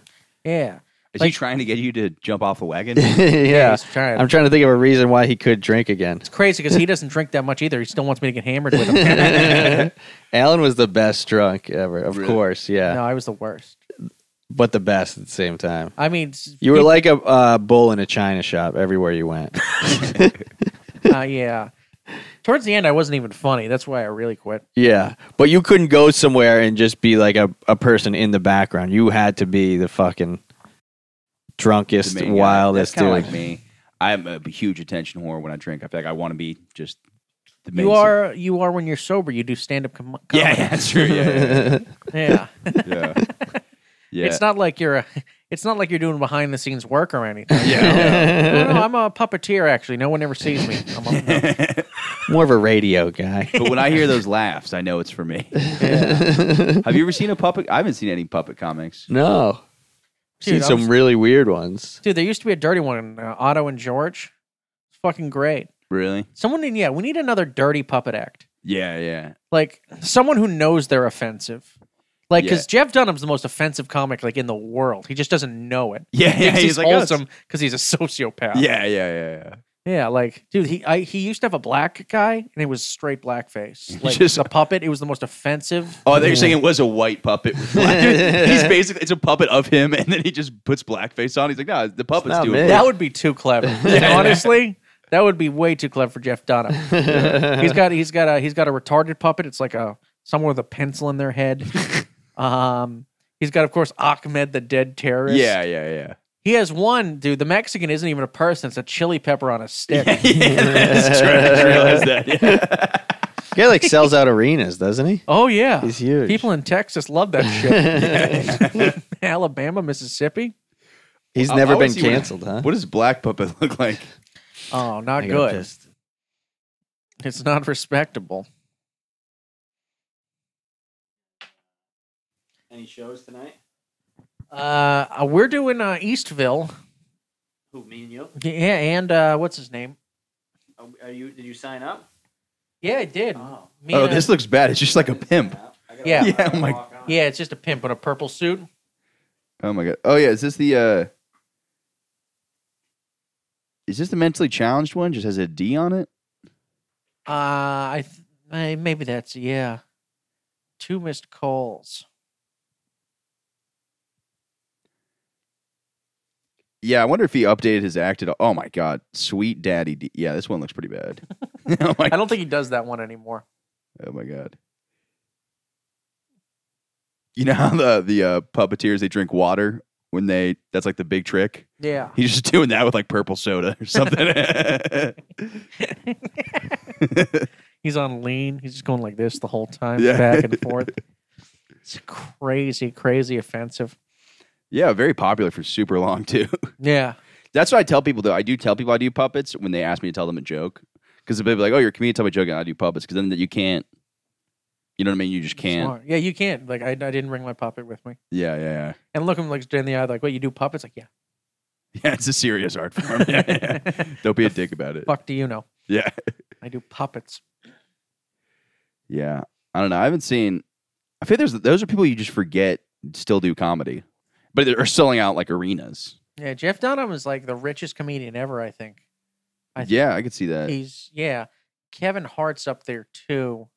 [SPEAKER 5] Yeah,
[SPEAKER 4] Is he
[SPEAKER 5] Like-
[SPEAKER 4] trying to get you to jump off a wagon?
[SPEAKER 3] yeah.
[SPEAKER 5] he's trying.
[SPEAKER 3] I'm trying to think of a reason why he could drink again.
[SPEAKER 5] it's crazy because he doesn't drink that much either. He still wants me to get hammered with him.
[SPEAKER 3] Alan was the best drunk ever, of course, yeah,
[SPEAKER 5] no, I was the worst.
[SPEAKER 3] but the best at the same time.
[SPEAKER 5] I mean, s-
[SPEAKER 3] You were like a uh, bull in a china shop everywhere you went.
[SPEAKER 5] uh, yeah. Towards the end, I wasn't even funny. That's why I really quit.
[SPEAKER 3] yeah, but you couldn't go somewhere and just be like a, a person in the background. You had to be the fucking drunkest,
[SPEAKER 4] to me, yeah.
[SPEAKER 3] wildest
[SPEAKER 4] That's
[SPEAKER 3] dude.
[SPEAKER 4] kinda like me. I'm a huge attention whore when I drink. I feel like I want to be just the main
[SPEAKER 5] You are you are when you're sober. You do stand up com-
[SPEAKER 4] Yeah,
[SPEAKER 5] comedy.
[SPEAKER 4] yeah, that's true. Yeah, yeah, yeah.
[SPEAKER 5] Yeah.
[SPEAKER 4] yeah. yeah.
[SPEAKER 5] It's not like you're a. It's not like you're doing behind the scenes work or anything.
[SPEAKER 4] Yeah.
[SPEAKER 5] no, no, I'm a puppeteer. Actually, no one ever sees me. I'm a, no.
[SPEAKER 3] More of a radio guy.
[SPEAKER 4] but when I hear those laughs, I know it's for me. Have you ever seen a puppet? I haven't seen any puppet comics.
[SPEAKER 3] No, seen
[SPEAKER 5] Dude, I
[SPEAKER 3] some
[SPEAKER 5] was-
[SPEAKER 3] really weird ones.
[SPEAKER 5] Dude, there used to be a dirty one in uh, Otto and George. It's fucking great.
[SPEAKER 4] Really?
[SPEAKER 5] Someone in yeah, we need another dirty puppet act.
[SPEAKER 4] Yeah, yeah.
[SPEAKER 5] Like someone who knows they're offensive. Like
[SPEAKER 4] Yeah.
[SPEAKER 5] because Jeff Dunham's the most offensive comic like in the world. He just doesn't know it.
[SPEAKER 4] Yeah, yeah.
[SPEAKER 5] Thinks
[SPEAKER 4] He's,
[SPEAKER 5] he's,
[SPEAKER 4] like, oh, it's-
[SPEAKER 5] awesome because he's a sociopath.
[SPEAKER 4] Yeah, yeah, yeah, yeah.
[SPEAKER 5] yeah. Like, dude, he I, he used to have a black guy and it was straight blackface. Like
[SPEAKER 4] Just-
[SPEAKER 5] the puppet. It was the most offensive.
[SPEAKER 4] Oh, they're saying it was a white puppet. with black- he's basically it's a puppet of him, and then he just puts blackface on. He's like, no, the puppets
[SPEAKER 3] not
[SPEAKER 4] do
[SPEAKER 3] me.
[SPEAKER 4] it.
[SPEAKER 5] That would be too clever. Honestly, that would be way too clever for Jeff Dunham. he's got he's got a he's got a retarded puppet. It's like a someone with a pencil in their head. Um, he's got of course Ahmed the dead terrorist.
[SPEAKER 4] Yeah, yeah, yeah.
[SPEAKER 5] he has one dude. The Mexican isn't even a person. It's a chili pepper on a stick.
[SPEAKER 4] yeah that's true. I just realized that. Yeah.
[SPEAKER 3] guy like sells out arenas, doesn't he?
[SPEAKER 5] Oh yeah,
[SPEAKER 3] He's huge.
[SPEAKER 5] People in Texas love that shit. Alabama, Mississippi.
[SPEAKER 3] He's
[SPEAKER 4] I-
[SPEAKER 3] never
[SPEAKER 4] I wanna
[SPEAKER 3] been
[SPEAKER 4] see what-
[SPEAKER 3] canceled, huh?
[SPEAKER 4] What does Black Puppet look like?
[SPEAKER 5] Oh,
[SPEAKER 3] I
[SPEAKER 5] not
[SPEAKER 3] gotta
[SPEAKER 5] good.
[SPEAKER 3] piss.
[SPEAKER 5] It's not respectable.
[SPEAKER 3] Any shows tonight?
[SPEAKER 5] Uh, uh, we're doing uh, Eastville.
[SPEAKER 3] Who me and you?
[SPEAKER 5] Yeah, and uh, what's his name?
[SPEAKER 3] Are you? Did you sign up?
[SPEAKER 5] Yeah, I did. Me
[SPEAKER 4] oh,
[SPEAKER 5] and- uh,
[SPEAKER 4] this looks bad. It's just like a pimp.
[SPEAKER 5] Yeah.
[SPEAKER 4] Yeah. Oh my.
[SPEAKER 5] Yeah, it's just a pimp in a purple suit.
[SPEAKER 4] Oh my god. Oh yeah. Is this the? uh Is this the mentally challenged one? Just has a D on it.
[SPEAKER 5] Uh, I th- may- maybe that's yeah. Two missed calls.
[SPEAKER 4] Yeah, I wonder if he updated his act at all. Oh my god, sweet daddy. D. Yeah, this one looks pretty bad. oh my.
[SPEAKER 5] I don't think he does that one anymore.
[SPEAKER 4] Oh my god. You know how the the uh, puppeteers they drink water when they that's like the big trick.
[SPEAKER 5] Yeah.
[SPEAKER 4] He's just doing that with like purple soda or something.
[SPEAKER 5] He's on lean. He's just going like this the whole time,
[SPEAKER 4] Yeah.
[SPEAKER 5] back and forth. It's crazy, crazy offensive.
[SPEAKER 4] yeah, very popular for super long too.
[SPEAKER 5] Yeah.
[SPEAKER 4] That's what I tell people though. I do tell people I do puppets when they ask me to tell them a joke because they'll be like, "Oh, you're a comedian, tell me a joke," and I do puppets because then you can't. You know what I mean? You just can't.
[SPEAKER 5] Smart. Yeah, you can't. Like, I, I didn't bring my puppet with me.
[SPEAKER 4] Yeah, yeah, yeah.
[SPEAKER 5] And look him like straight in the eye, like, what, you do puppets? Like, yeah.
[SPEAKER 4] Yeah, it's a serious art form. Yeah, yeah. Don't be a dick about it.
[SPEAKER 5] Fuck do you know?
[SPEAKER 4] Yeah.
[SPEAKER 5] I do puppets.
[SPEAKER 4] Yeah. I don't know. I haven't seen. I feel there's those are people you just forget still do comedy, but they're selling out like arenas.
[SPEAKER 5] Yeah, Jeff Dunham is like the richest comedian ever, I think. I think
[SPEAKER 4] yeah, I could see that.
[SPEAKER 5] He's, yeah. Kevin Hart's up there too.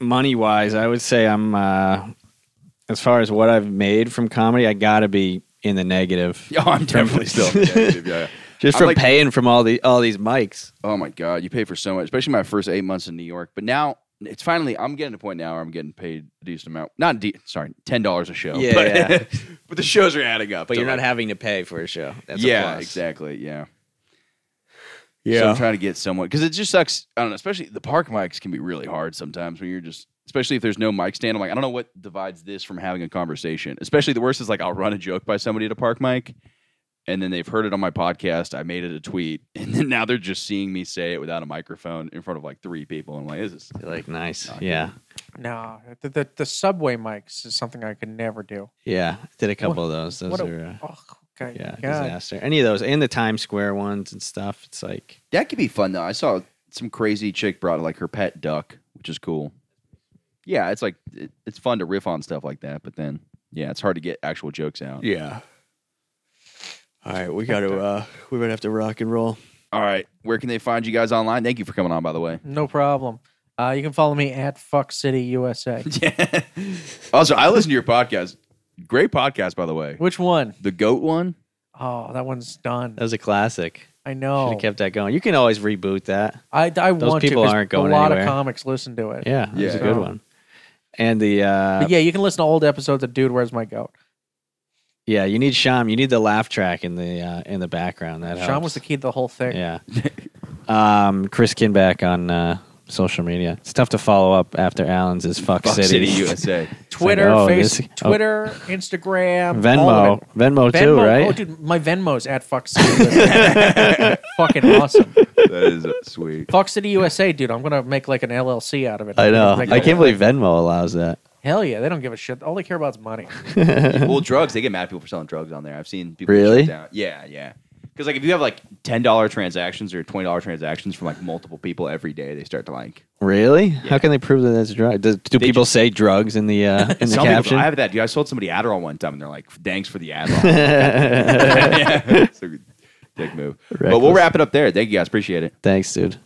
[SPEAKER 3] Money wise, I would say I'm. uh As far as what I've made from comedy, I gotta be in the negative.
[SPEAKER 4] oh, I'm definitely still. yeah, yeah.
[SPEAKER 3] Just
[SPEAKER 4] I'm
[SPEAKER 3] from
[SPEAKER 4] like-
[SPEAKER 3] paying from all the all these mics.
[SPEAKER 4] Oh my god, you pay for so much, especially my first eight months in New York. But now it's finally I'm getting to a point now where I'm getting paid a decent amount. Not de- sorry, ten dollars a show.
[SPEAKER 3] Yeah,
[SPEAKER 4] but,
[SPEAKER 3] yeah.
[SPEAKER 4] but the shows are adding up.
[SPEAKER 3] But
[SPEAKER 4] to
[SPEAKER 3] you're not
[SPEAKER 4] like-
[SPEAKER 3] having to pay for a show. That's a
[SPEAKER 4] yeah,
[SPEAKER 3] plus.
[SPEAKER 4] exactly. Yeah.
[SPEAKER 3] Yeah.
[SPEAKER 4] So I'm trying to get someone because it just sucks. I don't know. Especially the park mics can be really hard sometimes when you're just, especially if there's no mic stand. I'm like, I don't know what divides this from having a conversation. Especially the worst is like I'll run a joke by somebody at a park mic, and then they've heard it on my podcast. I made it a tweet, and then now they're just seeing me say it without a microphone in front of like three people. And I'm like, this is
[SPEAKER 3] You're like nice. Yeah.
[SPEAKER 5] No, the, the, the subway mics is something I could never do.
[SPEAKER 3] Yeah. Did a couple of those. Those
[SPEAKER 5] What a-
[SPEAKER 3] are. Uh,
[SPEAKER 5] Oh, okay.
[SPEAKER 3] yeah,
[SPEAKER 5] God.
[SPEAKER 3] disaster. Any of those, and the Times Square ones and stuff. It's like
[SPEAKER 4] that could be fun though. I saw some crazy chick brought like her pet duck, which is cool. Yeah, it's like it, it's fun to riff on stuff like that, but then yeah, it's hard to get actual jokes out.
[SPEAKER 3] yeah. All right, we got to uh we're gonna have to rock and roll.
[SPEAKER 4] All right. Where can they find you guys online? Thank you for coming on, by the way.
[SPEAKER 5] No problem. Uh, you can follow me at Fuck City USA.
[SPEAKER 4] Yeah. also, I listen to your podcast. Great podcast, by the way.
[SPEAKER 5] Which one?
[SPEAKER 4] The goat one.
[SPEAKER 5] Oh, that one's done.
[SPEAKER 3] That was a classic.
[SPEAKER 5] I
[SPEAKER 3] Should
[SPEAKER 5] know.
[SPEAKER 3] have kept that going. You can always reboot that.
[SPEAKER 5] I, I want
[SPEAKER 3] people
[SPEAKER 5] to. 'cause
[SPEAKER 3] aren't going
[SPEAKER 5] A lot
[SPEAKER 3] anywhere.
[SPEAKER 5] of comics listen to it.
[SPEAKER 3] Yeah, that was a
[SPEAKER 4] Yeah.
[SPEAKER 3] good one. And the uh
[SPEAKER 5] But yeah, you can listen to old episodes of Dude, Where's My Goat?
[SPEAKER 3] yeah, you need Sham. You need the laugh track in the uh in the background. That
[SPEAKER 5] Sean was the key to the whole thing.
[SPEAKER 3] yeah. um, Chris Kinback on uh social media. It's tough to follow up after Allen's is fuck,
[SPEAKER 4] Fuck City, USA.
[SPEAKER 3] It's like,
[SPEAKER 5] Twitter,
[SPEAKER 3] oh,
[SPEAKER 5] Face,
[SPEAKER 3] this- oh.
[SPEAKER 5] Twitter, Instagram, all of
[SPEAKER 3] Venmo,
[SPEAKER 5] it.
[SPEAKER 3] Venmo too,
[SPEAKER 5] Oh, Venmo.
[SPEAKER 3] right?
[SPEAKER 5] Oh, dude, my Venmo's at Fuck City. USA. Fucking awesome.
[SPEAKER 4] that is sweet.
[SPEAKER 5] Fuck City USA, dude. I'm gonna make like an LLC out of it.
[SPEAKER 3] I
[SPEAKER 5] I'm gonna
[SPEAKER 3] know.
[SPEAKER 5] make
[SPEAKER 3] I
[SPEAKER 5] a-
[SPEAKER 3] can't believe Venmo allows that.
[SPEAKER 5] Hell yeah, they don't give a shit. All they care about is money.
[SPEAKER 4] well, drugs. They get mad at people for selling drugs on there. I've seen people. get
[SPEAKER 3] Really?
[SPEAKER 4] shut down. Yeah, yeah. Because like if you have like ten dollar transactions or twenty dollar transactions from like multiple people every day, they start to like.
[SPEAKER 3] Really? How can they prove that that's drug? Do, do people say drugs in the uh, in the
[SPEAKER 4] Some
[SPEAKER 3] caption?
[SPEAKER 4] people, I have that dude. I sold somebody Adderall one time, and they're like, "Thanks for the Adderall." yeah. So, dick move. But we'll
[SPEAKER 3] Reckless.
[SPEAKER 4] wrap it up there. Thank you guys. Appreciate it.
[SPEAKER 3] Thanks, dude.